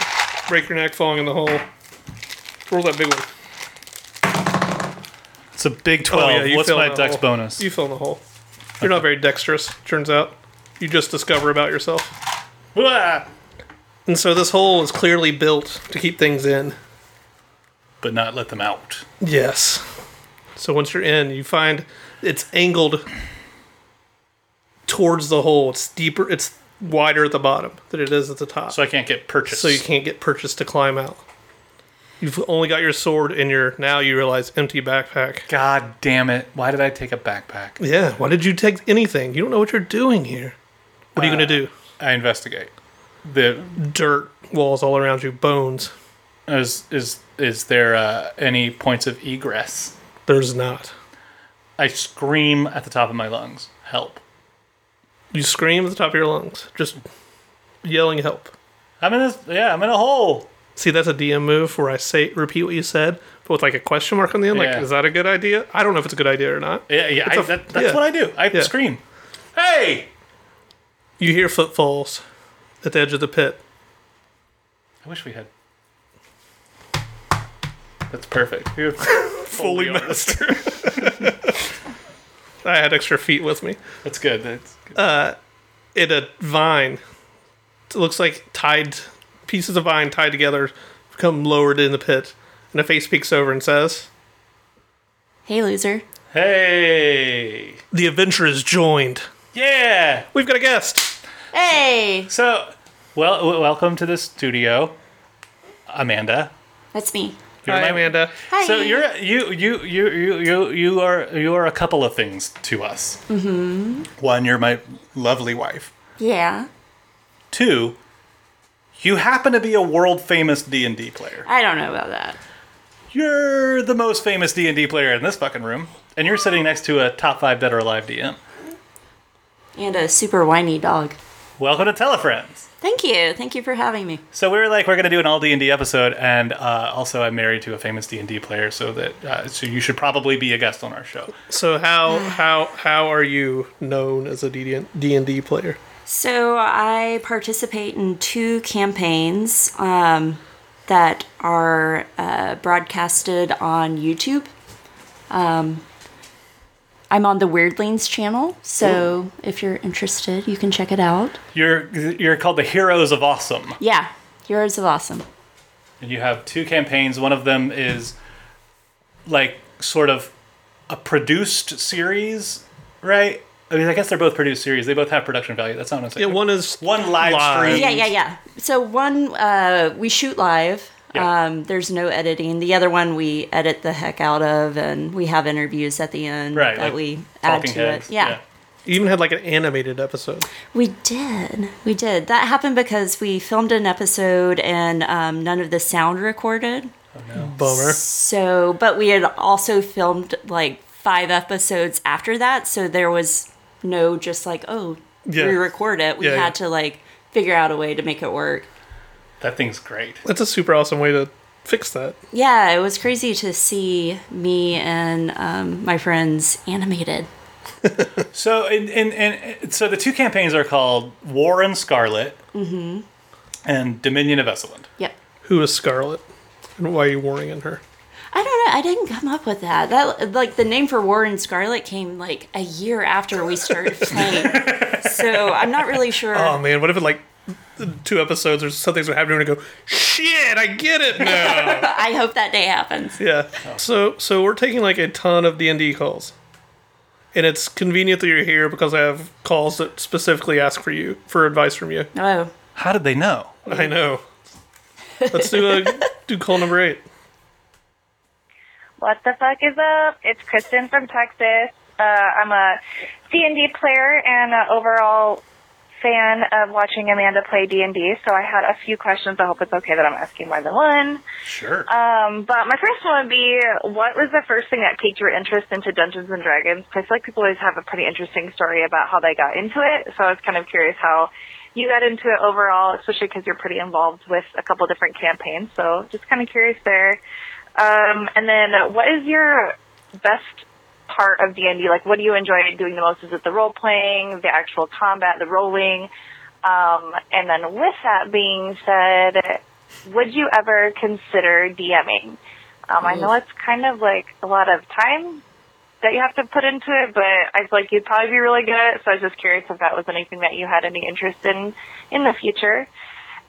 Speaker 2: break your neck falling in the hole. Roll that big one.
Speaker 1: It's a big twelve.
Speaker 2: Oh, you
Speaker 1: What's
Speaker 2: fell
Speaker 1: my
Speaker 2: in the
Speaker 1: dex
Speaker 2: hole.
Speaker 1: bonus?
Speaker 2: You fell in the hole. You're not very dexterous, turns out. You just discover about yourself.
Speaker 1: Ah!
Speaker 2: And so this hole is clearly built to keep things in.
Speaker 1: But not let them out.
Speaker 2: Yes. So once you're in, you find it's angled towards the hole. It's deeper, it's wider at the bottom than it is at the top.
Speaker 1: So I can't get purchased.
Speaker 2: so you can't get purchased to climb out. You've only got your sword and your now you realize empty backpack.
Speaker 1: God damn it! Why did I take a backpack?
Speaker 2: Yeah, why did you take anything? You don't know what you're doing here. What are you gonna do?
Speaker 1: Uh, I investigate. The
Speaker 2: Dirt walls all around you, bones.
Speaker 1: is is is there uh, any points of egress?
Speaker 2: There's not.
Speaker 1: I scream at the top of my lungs. Help!
Speaker 2: You scream at the top of your lungs, just yelling help.
Speaker 1: I'm in this. Yeah, I'm in a hole.
Speaker 2: See, that's a DM move where I say repeat what you said, but with like a question mark on the end.
Speaker 1: Yeah.
Speaker 2: Like, is that a good idea? I don't know if it's a good idea or not.
Speaker 1: Yeah, yeah. I,
Speaker 2: a-
Speaker 1: that, that's
Speaker 2: yeah.
Speaker 1: what I do. I
Speaker 2: Yeah.
Speaker 1: scream. Hey!
Speaker 2: You hear footfalls at the edge of the pit.
Speaker 1: I wish we had. That's perfect. You're
Speaker 2: Fully
Speaker 1: Fully armed.
Speaker 2: master. I had extra feet with me.
Speaker 1: That's good. That's good.
Speaker 2: Uh, In a vine, it looks like tied pieces of vine tied together, come lowered in the pit, and a face peeks over and says,
Speaker 7: Hey, loser.
Speaker 1: Hey!
Speaker 2: "The adventure is joined.
Speaker 1: Yeah!
Speaker 2: We've got a guest."
Speaker 7: Hey,
Speaker 1: So, well, w- welcome to the studio, Amanda.
Speaker 7: that's me.
Speaker 1: You're
Speaker 2: Hi,
Speaker 1: my-
Speaker 2: Amanda.
Speaker 7: Hi.
Speaker 1: So you're you you you you you you are you are a couple of things to us. Mm-hmm. One, you're my lovely wife.
Speaker 7: Yeah.
Speaker 1: Two, you happen to be a world famous D and D player.
Speaker 7: I don't know about that.
Speaker 1: You're the most famous D and D player in this fucking room, and you're sitting next to a top five dead or alive DM.
Speaker 7: And a super whiny dog.
Speaker 1: Welcome to Telefriends.
Speaker 7: Thank you. Thank you for having me.
Speaker 1: So we were like, we're gonna do an all D and D episode, and uh, also I'm married to a famous D and D player, so that uh, so you should probably be a guest on our show.
Speaker 2: So how how how are you known as a D and D player?
Speaker 7: So I participate in two campaigns um, that are uh, broadcasted on YouTube. Um, I'm on the Weirdlings channel, so if you're interested, you can check it out.
Speaker 1: You're you're called the Heroes of Awesome.
Speaker 7: Yeah, Heroes of Awesome.
Speaker 1: And you have two campaigns. One of them is like sort of a produced series, right? I mean, I guess they're both produced series. They both have production value. That's not what I'm
Speaker 2: Yeah,
Speaker 1: saying.
Speaker 2: one is
Speaker 1: One live stream.
Speaker 7: Yeah, yeah, yeah. So one, uh, we shoot live.
Speaker 1: Yeah.
Speaker 7: Um, there's no editing. The other one we edit the heck out of, and we have interviews at the end
Speaker 1: Right,
Speaker 7: that
Speaker 1: like
Speaker 7: we add
Speaker 1: Talking
Speaker 7: to
Speaker 1: Heads.
Speaker 7: it. Yeah.
Speaker 2: You even had like an animated episode.
Speaker 7: we did. We did. That happened because we filmed an episode and um, none of the sound recorded.
Speaker 2: Bummer.
Speaker 7: So, but we had also filmed like five episodes after that, so there was no just like oh
Speaker 2: Yeah.
Speaker 7: re-record it. We
Speaker 2: Yeah,
Speaker 7: had
Speaker 2: yeah.
Speaker 7: to like figure out a way to make it work.
Speaker 1: That thing's great.
Speaker 2: That's a super awesome way to fix that.
Speaker 7: Yeah, it was crazy to see me and um, my friends animated.
Speaker 1: So and, and and so the two campaigns are called War and Scarlet and Dominion of Esselund.
Speaker 7: Mm-hmm. Yep.
Speaker 2: Who is Scarlet? And why are you warning her?
Speaker 7: I don't know. I didn't come up with that. That like the name for Warren Scarlet came like a year after we started playing, so I'm not really sure.
Speaker 2: Oh man, what if it like two episodes or something's what happened and we go, shit, I get it now.
Speaker 7: I hope that day happens.
Speaker 2: yeah. So so we're taking like a ton of D and D calls. And it's convenient that you're here because I have calls that specifically ask for you for advice from you.
Speaker 7: Oh,
Speaker 1: How did they know?
Speaker 2: I know. Let's do a do call number eight.
Speaker 8: What the fuck is up? It's Kristen from Texas. Uh, I'm a D&D player and an overall fan of watching Amanda play D&D, so I had a few questions. I hope it's okay that I'm asking more than one.
Speaker 1: Sure.
Speaker 8: Um, but my first one would be, what was the first thing that piqued your interest into Dungeons and Dragons? 'Cause I feel like people always have a pretty interesting story about how they got into it. So I was kind of curious how you got into it overall, especially because you're pretty involved with a couple different campaigns. So just kind of curious there. Um, and then, what is your best part of D and D? Like, what do you enjoy doing the most? Is it the role playing, the actual combat, the rolling? Um, and then, with that being said, would you ever consider DMing? Um, I know it's kind of like a lot of time that you have to put into it, but I feel like you'd probably be really good at it. So I was just curious if that was anything that you had any interest in in the future.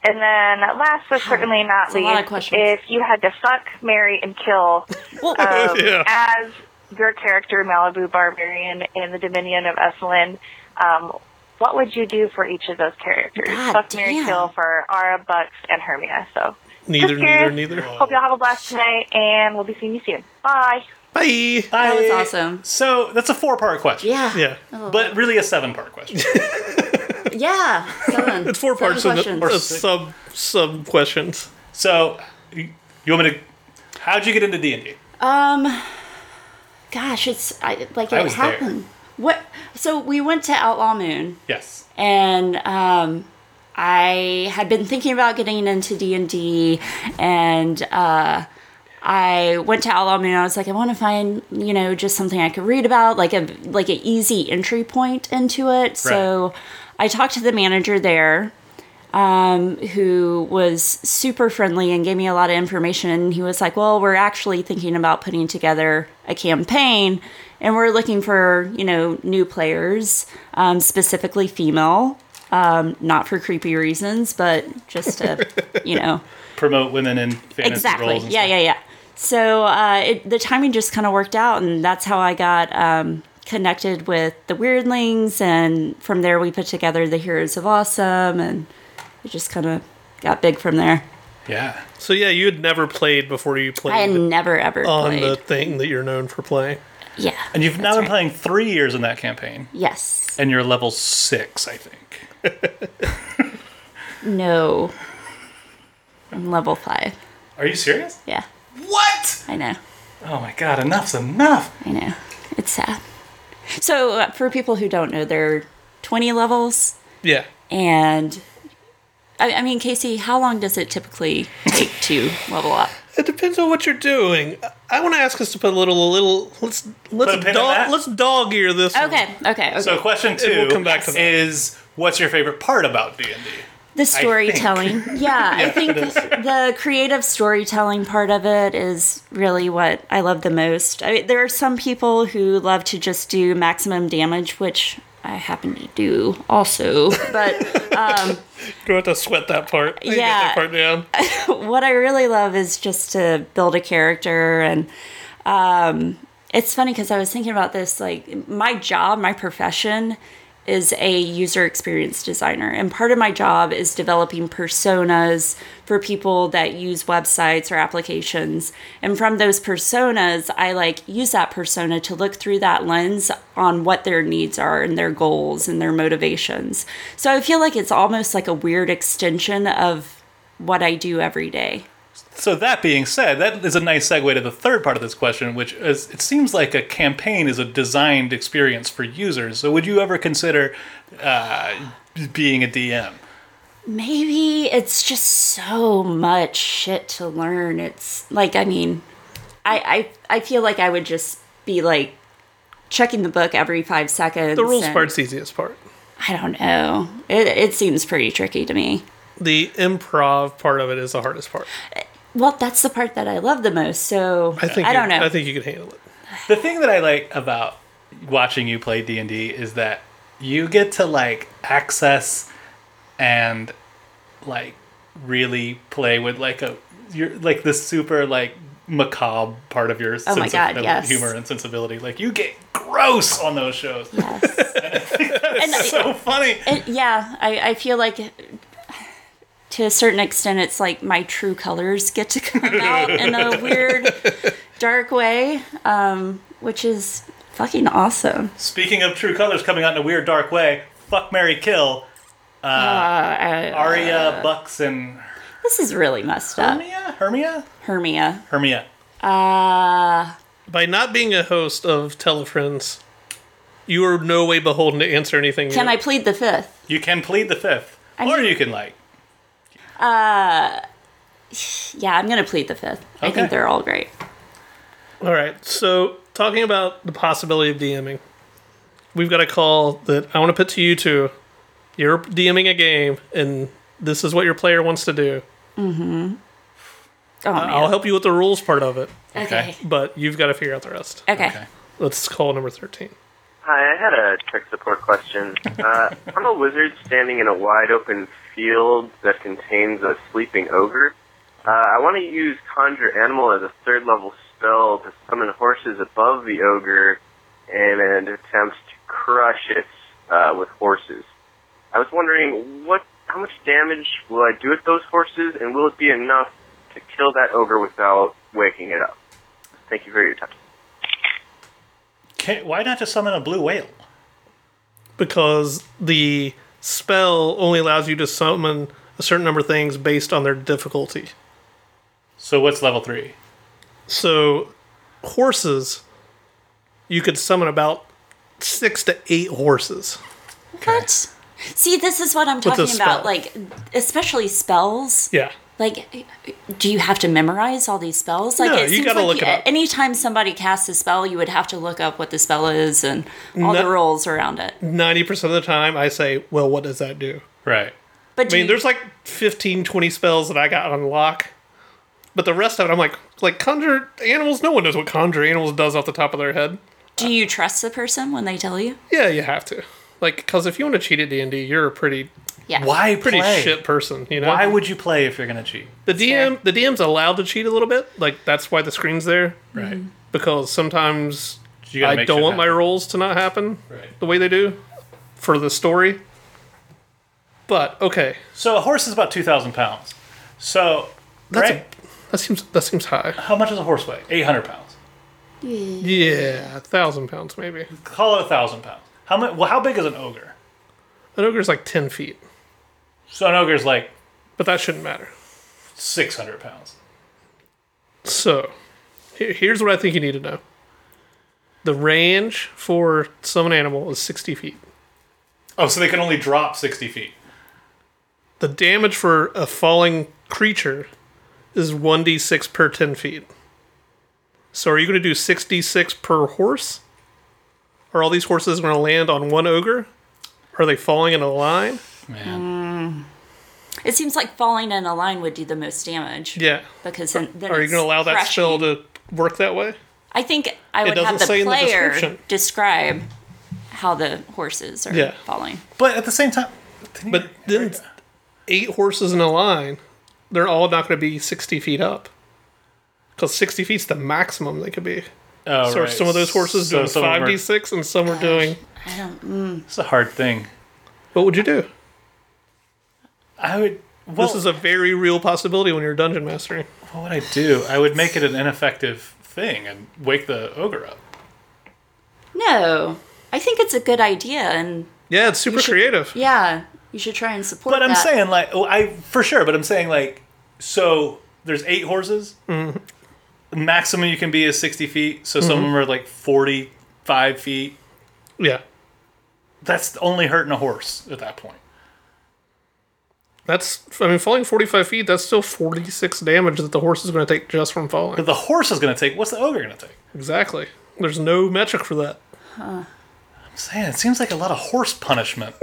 Speaker 8: And then, last but certainly not
Speaker 7: It's a lot of
Speaker 8: least,
Speaker 7: questions.
Speaker 8: if you had to fuck, marry, and kill um,
Speaker 2: Yeah.
Speaker 8: as your character Malibu Barbarian in the Dominion of Esalen, um, what would you do for each of those characters?
Speaker 7: God
Speaker 8: Fuck, marry,
Speaker 7: damn.
Speaker 8: kill for Ara, Bucks, and Hermia. So
Speaker 2: Neither,
Speaker 8: just curious.
Speaker 2: neither, neither.
Speaker 8: Hope y'all have a blast tonight, and we'll be seeing you soon. Bye.
Speaker 2: Bye.
Speaker 7: That was
Speaker 1: I-
Speaker 7: awesome.
Speaker 1: So that's a four part question.
Speaker 7: Yeah. Oh.
Speaker 2: Yeah.
Speaker 1: But really a seven part question.
Speaker 7: Yeah. Seven.
Speaker 2: It's four
Speaker 7: Seven
Speaker 2: parts of, the,
Speaker 7: questions.
Speaker 2: of sub sub questions.
Speaker 1: so you you want me to how'd you get into D and D?
Speaker 7: Um, gosh, it's I, like
Speaker 1: I
Speaker 7: it
Speaker 1: was there.
Speaker 7: happened. What? So we went to Outlaw Moon,
Speaker 1: Yes.
Speaker 7: and um, I had been thinking about getting into D and D, and uh, I went to Outlaw Moon. I was like, I want to find you know just something I could read about, like a like an easy entry point into it. So I talked to the manager there, um, who was super friendly and gave me a lot of information. He was like, Well, we're actually thinking about putting together a campaign and we're looking for, you know, new players, um, specifically female, um, not for creepy reasons, but just to, you know,
Speaker 1: Promote women in fantasy
Speaker 7: exactly.
Speaker 1: roles. and
Speaker 7: Yeah,
Speaker 1: stuff.
Speaker 7: yeah, yeah. So uh, it, the timing just kind of worked out, and that's how I got um, connected with the Weirdlings, and from there we put together the Heroes of Awesome, and it just kind of got big from there.
Speaker 1: Yeah.
Speaker 2: So yeah, you had never played before you
Speaker 7: I had
Speaker 2: played
Speaker 7: never ever
Speaker 2: on
Speaker 7: played.
Speaker 2: the thing that you're known for playing.
Speaker 7: yeah,
Speaker 1: And you've now
Speaker 7: That's
Speaker 1: been
Speaker 7: right.
Speaker 1: playing three years in that campaign.
Speaker 7: yes,
Speaker 1: And you're level six, I think.
Speaker 7: no, I'm level five.
Speaker 1: Are you serious?
Speaker 7: Yeah,
Speaker 1: What?
Speaker 7: I know.
Speaker 1: Oh my god, enough's enough.
Speaker 7: I know. It's sad. So uh, for people who don't know, there are 20 levels,
Speaker 2: Yeah.
Speaker 7: and I, I mean, Casey, how long does it typically take to level up?
Speaker 2: It depends on what you're doing. I want to ask us to put a little, a little. Let's let's
Speaker 1: Put a pin in
Speaker 2: dog
Speaker 1: that?
Speaker 2: let's dog ear this. one.
Speaker 7: Okay, okay. okay.
Speaker 1: So question two
Speaker 2: we'll come back to that.
Speaker 1: is what's your favorite part about D and D?
Speaker 7: the storytelling. Yeah, I think the creative storytelling part of it is really what I love the most. I mean, there are some people who love to just do maximum damage, which I happen to do also. But
Speaker 2: You have to sweat that part. You get
Speaker 7: Yeah.
Speaker 2: that part down.
Speaker 7: what I really love is just to build a character and um it's funny cuz I was thinking about this like my job, my profession is a user experience designer and part of my job is developing personas for people that use websites or applications and from those personas I like use that persona to look through that lens on what their needs are and their goals and their motivations. So I feel like it's almost like a weird extension of what I do every day.
Speaker 1: So that being said, that is a nice segue to the third part of this question, which is it seems like a campaign is a designed experience for users. So would you ever consider uh, being a DM?
Speaker 7: Maybe it's just so much shit to learn. It's like I mean, I I, I feel like I would just be like checking the book every five seconds.
Speaker 2: The rules
Speaker 7: and-
Speaker 2: part's the easiest part.
Speaker 7: I don't know. It it seems pretty tricky to me.
Speaker 2: The improv part of it is the hardest part.
Speaker 7: Well, that's the part that I love the most. So
Speaker 2: I think.
Speaker 7: I
Speaker 2: you-
Speaker 7: don't know.
Speaker 2: I think you can handle it.
Speaker 1: The thing that I like about watching you play D and D is that you get to like access and like really play with like a you're like the super like macabre part of your
Speaker 7: Oh my
Speaker 1: sense
Speaker 7: God,
Speaker 1: of
Speaker 7: yes.
Speaker 1: humor and sensibility. Like you get gross on those shows.
Speaker 7: Yes. and I-
Speaker 1: so funny.
Speaker 7: it, yeah, I, I feel like to a certain extent it's like my true colors get to come out in a weird, dark way, um, which is fucking awesome.
Speaker 1: Speaking of True Colors coming out in a weird dark way, fuck Mary Kill uh, Arya, Bucks, and
Speaker 7: This is Uh, really messed up.
Speaker 1: Hermia. Hermia.
Speaker 7: Hermia.
Speaker 1: Hermia.
Speaker 7: Uh,
Speaker 2: By not being a host of Telefriends, you are no way beholden to answer anything.
Speaker 7: Can I plead the fifth?
Speaker 1: You can plead the fifth, or you can like.
Speaker 7: Uh, Yeah, I'm going to plead the fifth. I
Speaker 1: Okay.
Speaker 7: think they're all great.
Speaker 2: All right. So, talking about the possibility of DMing, we've got a call that I want to put to you two. You're DMing a game, and this is what your player wants to do.
Speaker 7: Mm-hmm. Oh, man.
Speaker 2: I'll help you with the rules part of it,
Speaker 7: Okay.
Speaker 2: but you've got to figure out the rest.
Speaker 7: Okay.
Speaker 1: Okay.
Speaker 2: Let's call number 13.
Speaker 9: Hi, I had a tech support question. Uh, I'm a wizard standing in a wide open field that contains a sleeping ogre. Uh, I want to use Conjure Animal as a third level spell to summon horses above the ogre in an attempt to crush it uh, with horses. I was wondering what, how much damage will I do with those horses, and will it be enough to kill that ogre without waking it up? Thank you for your time.
Speaker 1: Can, why not just summon a blue whale?
Speaker 2: because the spell only allows you to summon a certain number of things based on their difficulty.
Speaker 1: So what's level three?
Speaker 2: So, horses, you could summon about six to eight horses.
Speaker 7: What? See, this is what I'm
Speaker 2: a
Speaker 7: talking
Speaker 2: spell.
Speaker 7: about. Like, especially spells.
Speaker 2: Yeah.
Speaker 7: Like, do you have to memorize all these spells? Like,
Speaker 2: No, you gotta look it up.
Speaker 7: Anytime somebody casts a spell, you would have to look up what the spell is and all
Speaker 2: No.
Speaker 7: the rules around it.
Speaker 2: 90% of the time, I say, well, what does that do?
Speaker 1: Right.
Speaker 7: But do
Speaker 2: I mean,
Speaker 7: you-
Speaker 2: there's like 15, 20 spells that I got on lock. But the rest of it, I'm like, like conjure animals. No one knows what conjure animals does off the top of their head.
Speaker 7: do you trust the person when they tell you?
Speaker 2: Yeah, you have to, like, because if you want to cheat at D and D, you're a pretty,
Speaker 7: Yeah.
Speaker 1: Why
Speaker 2: pretty
Speaker 1: play?
Speaker 2: shit person. You know,
Speaker 1: Why would you play if you're gonna cheat?
Speaker 2: The DM, the DM's allowed to cheat a little bit. Like that's why the screen's there
Speaker 1: Right.
Speaker 2: because sometimes
Speaker 1: You gotta
Speaker 2: I
Speaker 1: make
Speaker 2: don't
Speaker 1: shit
Speaker 2: want my
Speaker 1: happen.
Speaker 2: rolls to not happen
Speaker 1: Right.
Speaker 2: the way they do for the story. But okay,
Speaker 1: So a horse is about two thousand pounds. So
Speaker 2: that's a-
Speaker 1: right.
Speaker 2: that seems that seems high.
Speaker 1: How much does a horse weigh? Eight hundred pounds.
Speaker 2: Yeah, a thousand pounds maybe.
Speaker 1: Call it a thousand pounds. How much? Well, how big is an ogre?
Speaker 2: An ogre's like ten feet,
Speaker 1: So an ogre's like
Speaker 2: but that shouldn't matter.
Speaker 1: six hundred pounds.
Speaker 2: So he- here's what I think you need to know: the range for summon animal is sixty feet.
Speaker 1: Oh, so they can only drop sixty feet.
Speaker 2: The damage for a falling creature is 1d6 per 10 feet. So are you going to do 6d6 per horse? Are all these horses going to land on one ogre? Are they falling in a line?
Speaker 1: Man.
Speaker 7: It seems like falling in a line would do the most damage.
Speaker 2: Yeah.
Speaker 7: Because then, Mm. then
Speaker 2: Are you
Speaker 7: it's
Speaker 2: going to allow that
Speaker 7: crushing.
Speaker 2: spell to work that way?
Speaker 7: I think I would
Speaker 2: doesn't
Speaker 7: have the
Speaker 2: say in the
Speaker 7: player
Speaker 2: description.
Speaker 7: describe how the horses are
Speaker 2: Yeah.
Speaker 7: falling.
Speaker 1: But at the same time,
Speaker 2: But then eight horses in a line, they're all not going to be 60 feet up. Because 60 feet's the maximum they could be.
Speaker 1: oh,
Speaker 2: So are
Speaker 1: right.
Speaker 2: some of those horses
Speaker 1: So
Speaker 2: doing
Speaker 1: some of them are-
Speaker 2: 5d6 and some are doing.
Speaker 7: I don't. mm.
Speaker 1: It's a hard thing.
Speaker 2: What would you do?
Speaker 1: I would. Well,
Speaker 2: This is a very real possibility when you're dungeon mastering.
Speaker 1: what would I do? I would make it an ineffective thing and wake the ogre up.
Speaker 7: No, I think it's a good idea, and
Speaker 2: Yeah, it's super creative.
Speaker 7: yeah, you should try and support.
Speaker 1: But I'm
Speaker 7: that.
Speaker 1: saying like oh, I for sure. But I'm saying like so. There's eight horses. Maximum you can be is sixty feet. So
Speaker 2: Mhm.
Speaker 1: some of them are like forty-five feet.
Speaker 2: Yeah,
Speaker 1: That's only hurting a horse at that point.
Speaker 2: that's. I mean, falling 45 feet, that's still 46 damage that the horse is going to take just from falling.
Speaker 1: But the horse is going to take. What's the ogre going to take?
Speaker 2: Exactly. There's no metric for that.
Speaker 1: I'm saying it seems like a lot of horse punishment.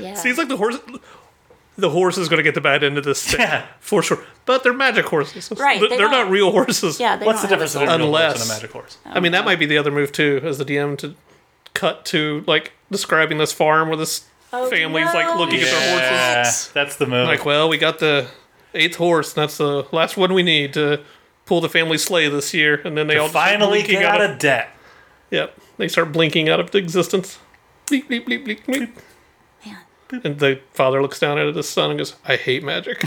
Speaker 7: Yeah.
Speaker 2: Seems like the horse. The horse is going to get the bad end of this thing,
Speaker 1: Yeah.
Speaker 2: for sure. But they're magic horses.
Speaker 7: Right,
Speaker 2: They're,
Speaker 7: they
Speaker 2: they're not
Speaker 7: don't-
Speaker 2: real horses.
Speaker 7: yeah, they
Speaker 1: What's the
Speaker 7: don't have
Speaker 1: difference
Speaker 7: a-
Speaker 1: between a real horse and
Speaker 2: Unless-
Speaker 1: a magic horse?
Speaker 2: I mean, that might be the other move too, as the DM to cut to like describing this farm where this
Speaker 7: Oh,
Speaker 2: family's like
Speaker 7: no.
Speaker 2: looking at their horses.
Speaker 1: that's the move.
Speaker 2: Like, well, we got the eighth horse, and that's the last one we need to pull the family sleigh this year. And then they all just start
Speaker 1: Finally
Speaker 2: blinking
Speaker 1: get out of debt.
Speaker 2: yep, they start blinking out of existence. Bleep bleep bleep bleep bleep. And the father looks down at his son and goes, "I hate magic."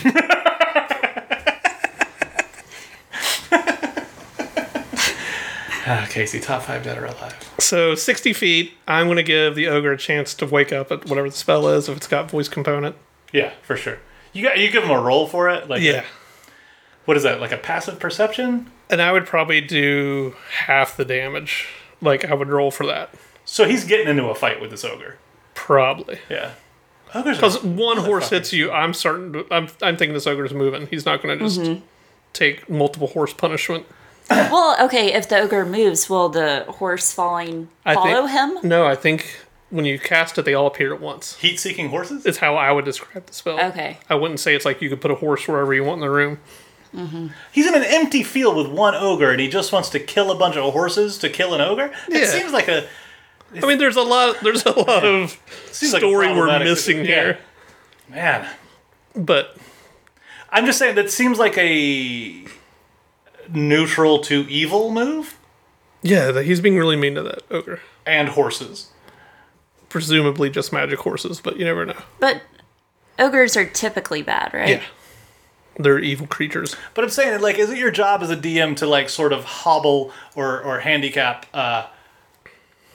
Speaker 1: Ah, Casey, top five dead or alive.
Speaker 2: So 60 feet, I'm going to give the ogre a chance to wake up at whatever the spell is, if it's got voice component.
Speaker 1: Yeah, for sure. You got you give him a roll for it. Like
Speaker 2: Yeah.
Speaker 1: what is that? Like a passive perception?
Speaker 2: And I would probably do half the damage. Like, I would roll for that.
Speaker 1: So he's getting into a fight with this ogre.
Speaker 2: Probably.
Speaker 1: Yeah. Ogres
Speaker 2: Because
Speaker 1: are-
Speaker 2: one horse hits you, I'm certain. to- I'm, I'm thinking this ogre's moving. He's not going to just
Speaker 7: Mm-hmm.
Speaker 2: take multiple horse punishment.
Speaker 7: Well, okay, if the ogre moves, will the horse falling
Speaker 2: I think-
Speaker 7: follow him?
Speaker 2: No, I think when you cast it, they all appear at once.
Speaker 1: heat seeking horses?
Speaker 2: It's how I would describe the spell.
Speaker 7: Okay.
Speaker 2: I wouldn't say it's like you could put a horse wherever you want in the room.
Speaker 7: Mm-hmm.
Speaker 1: He's in an empty field with one ogre and he just wants to kill a bunch of horses to kill an ogre?
Speaker 2: Yeah.
Speaker 1: It seems like a
Speaker 2: I mean, there's a lot. There's a lot of
Speaker 1: seems like a
Speaker 2: story we're
Speaker 1: problematic-
Speaker 2: missing
Speaker 1: yeah.
Speaker 2: here.
Speaker 1: Man.
Speaker 2: But
Speaker 1: I'm just saying that seems like a neutral to evil move
Speaker 2: yeah, that he's being really mean to that ogre.
Speaker 1: and horses.
Speaker 2: Presumably just magic horses, but you never know.
Speaker 7: But ogres are typically bad, right?
Speaker 2: Yeah, they're evil creatures.
Speaker 1: But I'm saying, like, is it your job as a DM to like sort of hobble or or handicap uh,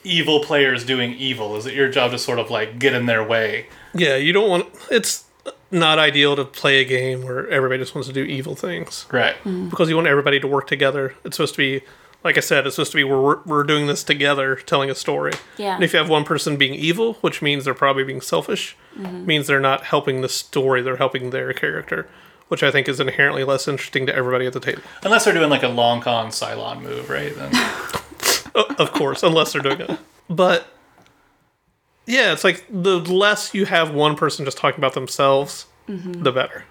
Speaker 1: evil players doing evil? Is it your job to sort of like get in their way?
Speaker 2: Yeah, you don't want. It's not ideal to play a game where everybody just wants to do evil things
Speaker 1: Right.
Speaker 2: because you want everybody to work together. It's supposed to be, like I said, it's supposed to be we're we're doing this together, telling a story.
Speaker 7: Yeah.
Speaker 2: And if you have one person being evil, which means they're probably being selfish, means they're not helping the story. They're helping their character, which I think is inherently less interesting to everybody at the table.
Speaker 1: Unless they're doing like a long con Cylon move, right? Then
Speaker 2: of course, unless they're doing it. But yeah, it's like the less you have one person just talking about themselves,
Speaker 7: Mm-hmm.
Speaker 2: the better.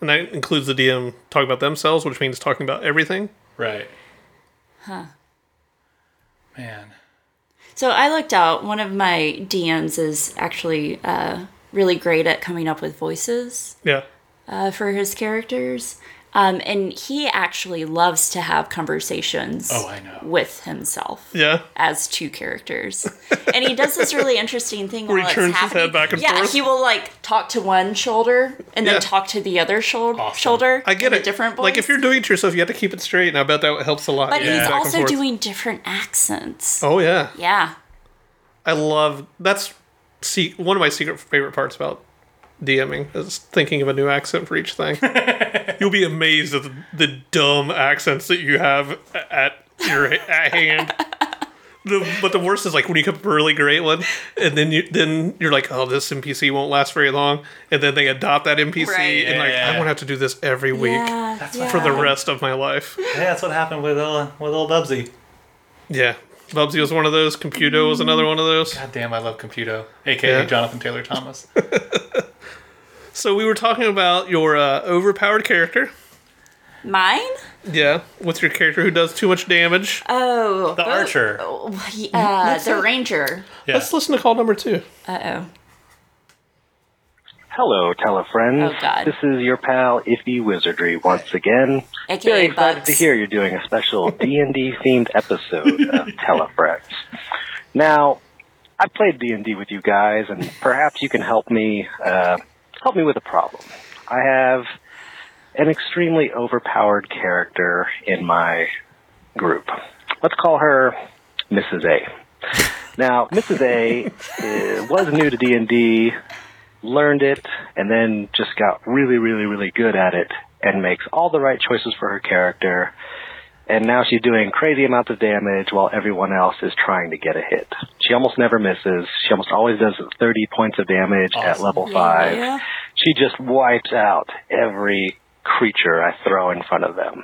Speaker 2: And that includes the DM talking about themselves, which means talking about everything.
Speaker 1: right. Huh. Man.
Speaker 7: So I looked out. One of my DMs is actually uh, really great at coming up with voices
Speaker 2: Yeah.
Speaker 7: uh, for his characters. Um, and he actually loves to have conversations
Speaker 1: Oh, I know.
Speaker 7: with himself.
Speaker 2: Yeah.
Speaker 7: as two characters. And he does this really interesting thing
Speaker 2: Where
Speaker 7: where
Speaker 2: he
Speaker 7: while it's
Speaker 2: turns his head
Speaker 7: happening.
Speaker 2: back and
Speaker 7: yeah,
Speaker 2: forth.
Speaker 7: he will like talk to one shoulder and
Speaker 2: Yeah.
Speaker 7: then talk to the other shoul-
Speaker 1: Awesome.
Speaker 7: shoulder.
Speaker 2: I get
Speaker 7: in
Speaker 2: it.
Speaker 7: A different voice.
Speaker 2: Like if you're doing it yourself, you have to keep it straight, and I bet that helps a lot.
Speaker 7: but
Speaker 2: Back
Speaker 7: he's
Speaker 2: and
Speaker 7: also
Speaker 2: forth.
Speaker 7: doing different accents.
Speaker 2: Oh yeah.
Speaker 7: Yeah.
Speaker 2: I love that's see one of my secret favorite parts about DMing is thinking of a new accent for each thing. You'll be amazed at the, the dumb accents that you have a- at your at hand. The, but the worst is like when you come up with a really great one, and then you then you're like, oh, this NPC won't last very long, and then they adopt that NPC,
Speaker 7: Right.
Speaker 2: and like I
Speaker 1: Yeah.
Speaker 2: won't have to do this every week
Speaker 7: Yeah. yeah.
Speaker 2: for the rest of my life.
Speaker 1: Yeah, that's what happened with uh, with old Bubsy.
Speaker 2: Yeah, Bubsy was one of those. Computo was another one of those.
Speaker 1: God damn, I love Computo, aka
Speaker 2: Yeah.
Speaker 1: Jonathan Taylor Thomas.
Speaker 2: So we were talking about your uh, overpowered character.
Speaker 7: Mine?
Speaker 2: Yeah, with your character who does too much damage.
Speaker 7: Oh.
Speaker 1: The Archer.
Speaker 7: Oh, yeah, the Ranger.
Speaker 1: Yeah.
Speaker 2: Let's listen to call number two.
Speaker 7: Uh oh.
Speaker 10: Hello, telefriends.
Speaker 7: Oh, God.
Speaker 10: This is your pal Iffy Wizardry once again. Very
Speaker 7: AKA
Speaker 10: excited
Speaker 7: Bugs.
Speaker 10: to hear you're doing a special D&D themed episode of Telefrex. Now, I played D&D with you guys, and perhaps you can help me uh, help me with a problem. I have an extremely overpowered character in my group. Let's call her Mrs. A. Now, Mrs. A uh, was new to D&D, learned it and then just got really, really, really good at it and makes all the right choices for her character. And now she's doing crazy amounts of damage while everyone else is trying to get a hit. She almost never misses. She almost always does 30 points of damage at level 5.
Speaker 7: Yeah.
Speaker 10: She just wipes out every creature I throw in front of them.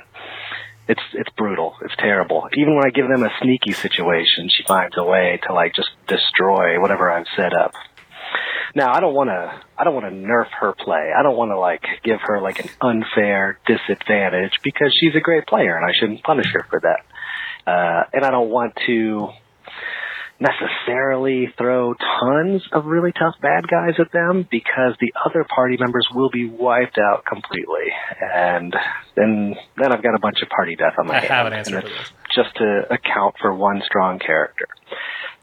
Speaker 10: It's it's brutal. It's terrible. Even when I give them a sneaky situation, she finds a way to like just destroy whatever I've set up. Now, I don't want to I don't want to nerf her play. I don't want to like give her like an unfair disadvantage because she's a great player and I shouldn't punish her for that. Uh, and I don't want to necessarily throw tons of really tough bad guys at them because the other party members will be wiped out completely. And then then I've got a bunch of party death on my
Speaker 1: I
Speaker 10: hands.
Speaker 1: have an answer
Speaker 10: And
Speaker 1: for
Speaker 10: it's
Speaker 1: this.
Speaker 10: Just to account for one strong character.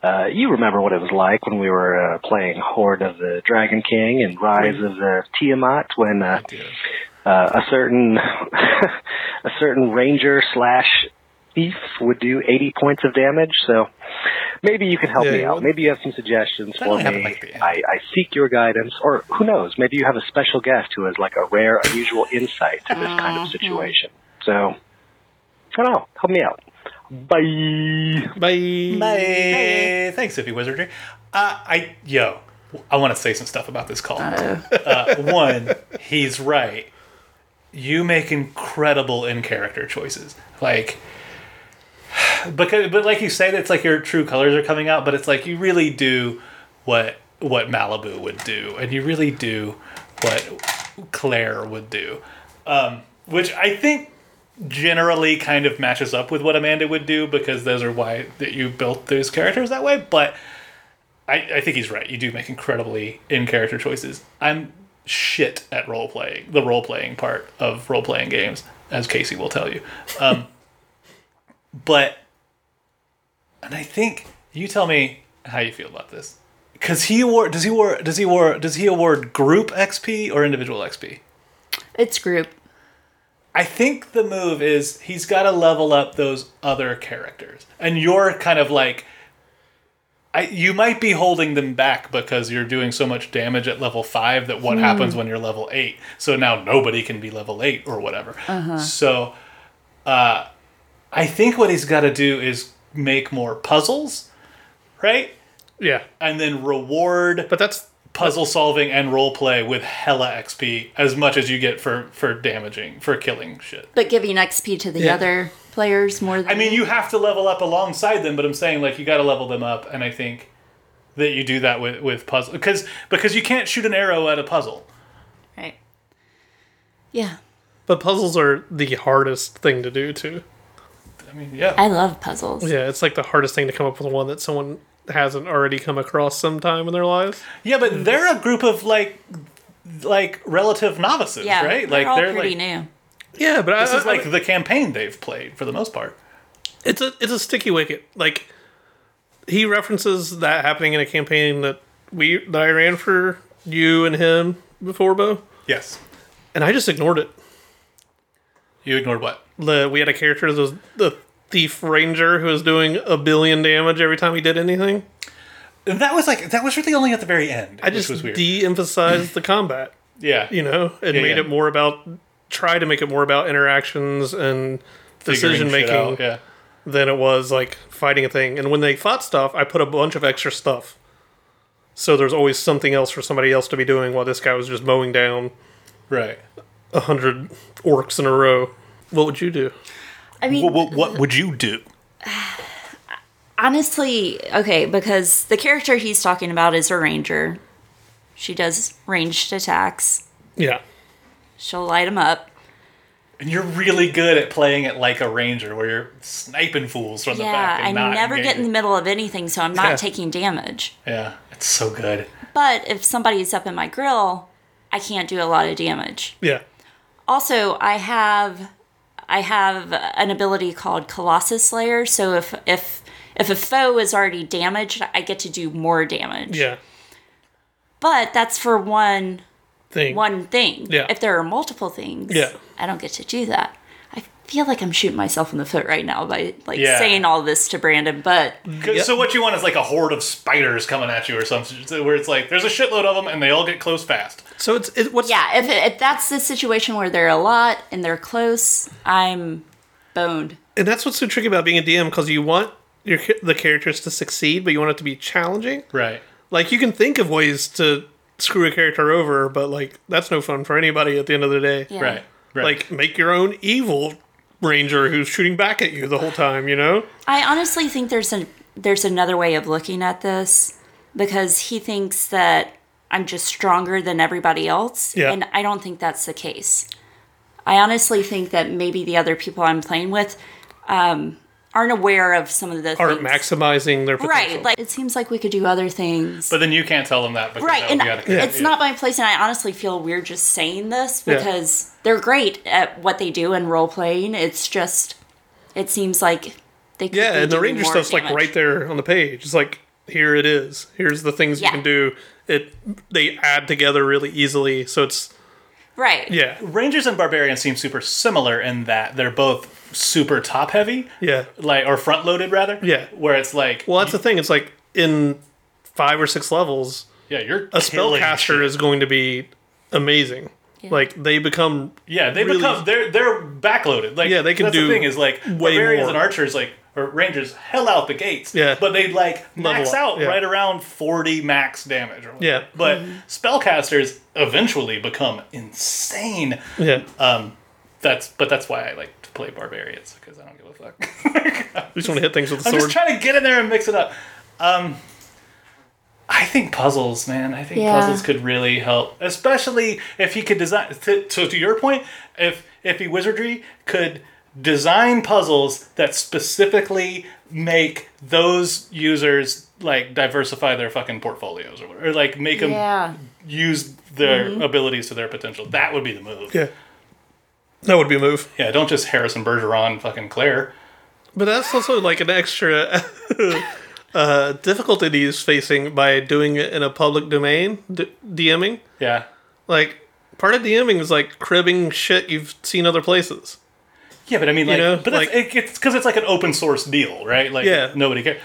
Speaker 10: Uh, you remember what it was like when we were uh, playing Horde of the Dragon King and Rise of the Tiamat when uh,
Speaker 1: Dude.
Speaker 10: uh, a certain a certain ranger slash thief would do 80 points of damage. So maybe you can help
Speaker 1: Yeah,
Speaker 10: me
Speaker 1: you
Speaker 10: out.
Speaker 1: would.
Speaker 10: Maybe you have some suggestions
Speaker 2: That
Speaker 10: for
Speaker 2: only happened
Speaker 10: me.
Speaker 2: like at the end.
Speaker 10: I, I seek your guidance, or who knows? Maybe you have a special guest who has like a rare, unusual insight to
Speaker 6: Uh-huh.
Speaker 10: this kind of situation. So I don't know. Help me out. Bye.
Speaker 1: Bye.
Speaker 2: Bye. Thanks, Iffy Wizardry. Uh, I yo, I want to say some stuff about this call. Uh, one, he's right. You make incredible in character choices, like because but like you said, it's like your true colors are coming out. But it's like you really do what what Malibu would do, and you really do what Claire would do, um, which I think generally kind of matches up with what Amanda would do because those are why that you built those characters that way. But I, I think he's right. You do make incredibly in character choices. I'm shit at role playing, the role playing part of role playing games, as Casey will tell you. Um, but and I think you tell me how you feel about this. Cause he award does he award does he award does he award group XP or individual XP?
Speaker 7: It's group.
Speaker 2: I think the move is he's got to level up those other characters, and you're kind of like, I you might be holding them back because you're doing so much damage at level five that what happens when you're level eight? So now nobody can be level eight or whatever. So, uh, I think what he's got to do is make more puzzles, right?
Speaker 1: Yeah,
Speaker 2: And then reward
Speaker 1: but that's
Speaker 2: puzzle solving and role play with hella XP as much as you get for for damaging for killing shit.
Speaker 7: But giving XP to the
Speaker 1: Yeah.
Speaker 7: other players more than
Speaker 2: I mean, you have to level up alongside them, but I'm saying like you got to level them up, and I think that you do that with with puzzle because because you can't shoot an arrow at a puzzle.
Speaker 7: right. Yeah.
Speaker 1: but puzzles are the hardest thing to do too.
Speaker 2: I mean, yeah,
Speaker 7: I love puzzles.
Speaker 1: Yeah, it's like the hardest thing to come up with one that someone hasn't already come across sometime in their lives.
Speaker 2: yeah,
Speaker 7: Mm.
Speaker 2: but they're a group of like like relative novices,
Speaker 7: Yeah,
Speaker 2: right?
Speaker 7: they're
Speaker 2: like
Speaker 7: all
Speaker 2: they're
Speaker 7: pretty
Speaker 2: like
Speaker 7: new.
Speaker 1: Yeah, but
Speaker 2: this
Speaker 1: I,
Speaker 2: is
Speaker 1: I-
Speaker 2: like the campaign they've played for the most part.
Speaker 1: it's a it's a sticky wicket. Like he references that happening in a campaign that we that I ran for you and him before, Bo,
Speaker 2: Yes,
Speaker 1: and I just ignored it.
Speaker 2: you ignored what?
Speaker 1: The, we had a character that was the thief ranger who was doing a billion damage every time he did anything.
Speaker 2: That was like that was really only at the very end.
Speaker 1: I just
Speaker 2: which was weird.
Speaker 1: de-emphasized the combat,
Speaker 2: yeah,
Speaker 1: you know, and
Speaker 2: Yeah,
Speaker 1: made
Speaker 2: yeah.
Speaker 1: it more about try to make it more about interactions and
Speaker 2: Figuring
Speaker 1: decision
Speaker 2: shit out,
Speaker 1: making
Speaker 2: Yeah.
Speaker 1: than it was like fighting a thing. And when they fought stuff, I put a bunch of extra stuff. So there's always something else for somebody else to be doing while this guy was just mowing down
Speaker 2: Right.
Speaker 1: a hundred orcs in a row. What would you do?
Speaker 7: I mean,
Speaker 2: What, what, what would you do?
Speaker 7: honestly, okay, because the character he's talking about is a ranger. She does ranged attacks.
Speaker 1: Yeah.
Speaker 7: She'll light him up.
Speaker 2: And you're really good at playing it like a ranger, where you're sniping fools from the
Speaker 7: Yeah,
Speaker 2: back.
Speaker 7: I
Speaker 2: And not
Speaker 7: never get in the
Speaker 2: engaging.
Speaker 7: middle of anything, so I'm not
Speaker 1: Yeah.
Speaker 7: taking damage.
Speaker 2: Yeah, it's so good.
Speaker 7: But if somebody's up in my grill, I can't do a lot of damage.
Speaker 1: Yeah.
Speaker 7: Also, I have I have an ability called Colossus Slayer, so if if if a foe is already damaged, I get to do more damage.
Speaker 1: Yeah.
Speaker 7: But that's for one
Speaker 1: Thing.
Speaker 7: one thing.
Speaker 1: Yeah.
Speaker 7: If there are multiple things,
Speaker 1: Yeah.
Speaker 7: I don't get to do that. I feel like I'm shooting myself in the foot right now by like
Speaker 2: Yeah.
Speaker 7: saying all this to Brandon, but
Speaker 2: 'Cause- So what you want is like a horde of spiders coming at you, or something, so where it's like there's a shitload of them and they all get close fast.
Speaker 1: So it's it, what's
Speaker 7: yeah, if if that's the situation where they're a lot and they're close, I'm boned.
Speaker 1: and that's what's so tricky about being a DM because you want your ca- the characters to succeed, but you want it to be challenging.
Speaker 2: Right.
Speaker 1: Like you can think of ways to screw a character over, but like that's no fun for anybody at the end of the day.
Speaker 7: Yeah.
Speaker 2: Right. Right.
Speaker 1: Like make your own evil ranger who's shooting back at you the whole time. You know?
Speaker 7: I honestly think there's an there's another way of looking at this because he thinks that I'm just stronger than everybody else,
Speaker 1: Yeah.
Speaker 7: and I don't think that's the case. I honestly think that maybe the other people I'm playing with um, aren't aware of some of the
Speaker 1: Aren't
Speaker 7: things.
Speaker 1: maximizing their potential.
Speaker 7: right. Like it seems like we could do other things.
Speaker 2: but then you can't tell them that because
Speaker 7: right
Speaker 2: that would
Speaker 7: and
Speaker 2: be out of
Speaker 7: I- it's
Speaker 2: character.
Speaker 7: not my place and i honestly feel weird just saying this
Speaker 1: Yeah.
Speaker 7: because they're great at what they do in role playing it's just it seems like they could be
Speaker 1: yeah, and the
Speaker 7: doing
Speaker 1: ranger
Speaker 7: more
Speaker 1: stuff's like
Speaker 7: damage.
Speaker 1: right there on the page. It's like here it is. Here's the things
Speaker 7: Yeah.
Speaker 1: you can do. It they add together really easily, so it's
Speaker 7: Right.
Speaker 2: Yeah.
Speaker 1: Rangers and Barbarians seem super similar in that they're both super top heavy,
Speaker 2: Yeah.
Speaker 1: like or front loaded rather.
Speaker 2: Yeah.
Speaker 1: Where it's like,
Speaker 2: Well, that's the thing. It's like in five or six levels,
Speaker 1: yeah, you're
Speaker 2: a
Speaker 1: killing shit.
Speaker 2: spellcaster is going to be amazing. Like they become
Speaker 1: Yeah, they
Speaker 2: really-
Speaker 1: become they're they're backloaded. Like
Speaker 2: Yeah, they can
Speaker 1: that's
Speaker 2: do
Speaker 1: the thing is like
Speaker 2: more.
Speaker 1: barbarians and archers like or rangers hell out the gates.
Speaker 2: Yeah.
Speaker 1: but they like max
Speaker 2: up,
Speaker 1: out
Speaker 2: yeah.
Speaker 1: right around forty max damage. Or whatever.
Speaker 2: Yeah.
Speaker 1: but spellcasters eventually become insane. Um,
Speaker 2: yeah.
Speaker 1: That's but that's why I like to play barbarians because I don't give a fuck.
Speaker 2: you just want to hit things with the
Speaker 1: I'm
Speaker 2: sword.
Speaker 1: just trying to get in there and mix it up. Um, I think puzzles, man. I think
Speaker 7: Yeah.
Speaker 1: puzzles could really help, especially if he could design. To, so to your point, if if he wizardry could design puzzles that specifically make those users like diversify their fucking portfolios or, whatever, or like make them
Speaker 7: Yeah. Mm-hmm.
Speaker 1: use their abilities to their potential, that would be the move.
Speaker 2: yeah. That would be a move.
Speaker 1: Yeah, don't just Harrison Bergeron, fucking Claire.
Speaker 2: But that's also like an extra uh, difficulty that he's facing by doing it in a public domain, d- DMing.
Speaker 1: Yeah,
Speaker 2: Like, part of DMing is like cribbing shit you've seen other places.
Speaker 1: Yeah, but I mean, like,
Speaker 2: know,
Speaker 1: but that's,
Speaker 2: like-
Speaker 1: it, it's because it's like an open source deal, right? Like,
Speaker 2: Yeah.
Speaker 1: nobody cares.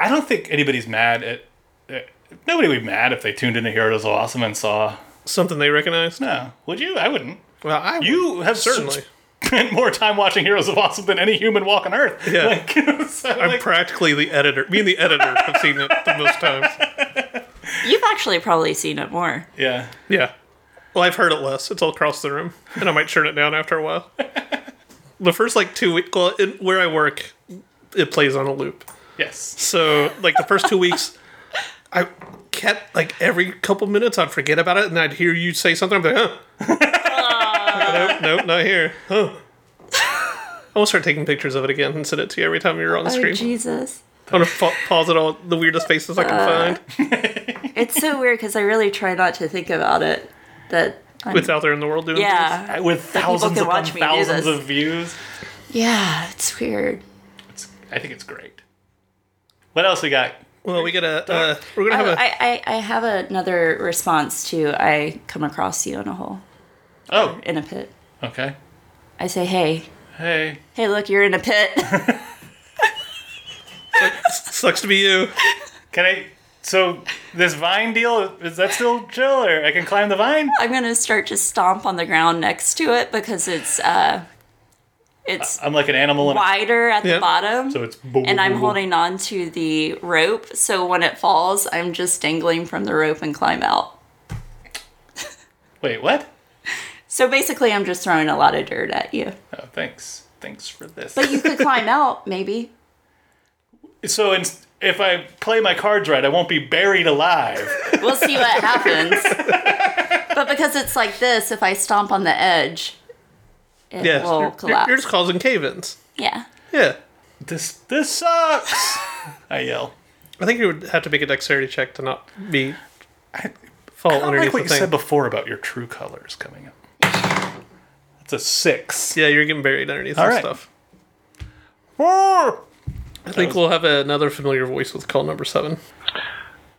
Speaker 1: I don't think anybody's mad at. at- Nobody would be mad if they tuned into Heroes of Awesome and saw.
Speaker 2: Something they recognize.
Speaker 1: No, would you? I wouldn't.
Speaker 2: Well, I would,
Speaker 1: You have s-
Speaker 2: certainly.
Speaker 1: spent more time watching Heroes of Awesome than any human walking Earth.
Speaker 2: Yeah.
Speaker 1: Like, so,
Speaker 2: I'm
Speaker 1: like,
Speaker 2: practically the editor. Me and the editor have seen it the most times.
Speaker 7: You've actually probably seen it more.
Speaker 1: yeah.
Speaker 2: Yeah. Well, I've heard it less. It's all across the room, and I might turn it down after a while. the first like two weeks, well, in, where I work, it plays on a loop.
Speaker 1: Yes.
Speaker 2: So like the first two weeks, I kept like every couple minutes I'd forget about it, and I'd hear you say something. I'm like, huh? nope, nope, not here. Huh? I will start taking pictures of it again and send it to you every time you're on the
Speaker 7: Oh,
Speaker 2: screen.
Speaker 7: Jesus.
Speaker 2: I'm gonna fa- pause at all the weirdest faces I can find.
Speaker 7: It's so weird because I really try not to think about it. That I'm-
Speaker 2: It's out there in the world doing.
Speaker 7: yeah.
Speaker 1: With
Speaker 7: people
Speaker 1: thousands
Speaker 7: can
Speaker 1: upon
Speaker 7: watch me do
Speaker 1: thousands
Speaker 7: this.
Speaker 1: of views.
Speaker 7: Yeah, it's weird.
Speaker 1: It's, I think it's great. What else we got?
Speaker 2: Well, we gotta. Uh, we're gonna have
Speaker 7: Oh,
Speaker 2: a.
Speaker 7: I, I, I have another response to I come across you in a hole,
Speaker 1: Oh,
Speaker 7: in a pit.
Speaker 1: okay.
Speaker 7: I say, hey,
Speaker 1: Hey.
Speaker 7: hey, look, you're in a pit.
Speaker 2: Sucks to be you.
Speaker 1: Can I. So, this vine deal, is that still chill or I can climb the vine?
Speaker 7: I'm gonna start to stomp on the ground next to it because it's uh, it's
Speaker 1: Uh, I'm like an animal in a
Speaker 7: wider at
Speaker 2: Yeah.
Speaker 7: the bottom.
Speaker 1: So it's
Speaker 7: and I'm holding on to the rope, so when it falls, I'm just dangling from the rope and climb out.
Speaker 1: Wait, what?
Speaker 7: So basically, I'm just throwing a lot of dirt at you.
Speaker 1: Oh, thanks. Thanks for this.
Speaker 7: But you could climb out, maybe.
Speaker 1: so in, if I play my cards right, I won't be buried alive.
Speaker 7: We'll see what happens. but because it's like this, if I stomp on the edge, it
Speaker 2: Yes.
Speaker 7: will
Speaker 2: you're- you're,
Speaker 7: collapse.
Speaker 2: you're just causing cave-ins.
Speaker 7: yeah.
Speaker 2: Yeah.
Speaker 1: this this sucks. I yell.
Speaker 2: I think you would have to make a dexterity check to not be fall
Speaker 1: I like
Speaker 2: underneath
Speaker 1: what
Speaker 2: the
Speaker 1: you
Speaker 2: thing.
Speaker 1: said before about your true colors coming up. That's a six.
Speaker 2: yeah, you're getting buried underneath
Speaker 1: All right.
Speaker 2: this stuff.
Speaker 1: Roar!
Speaker 2: I think we'll have another familiar voice with call number seven.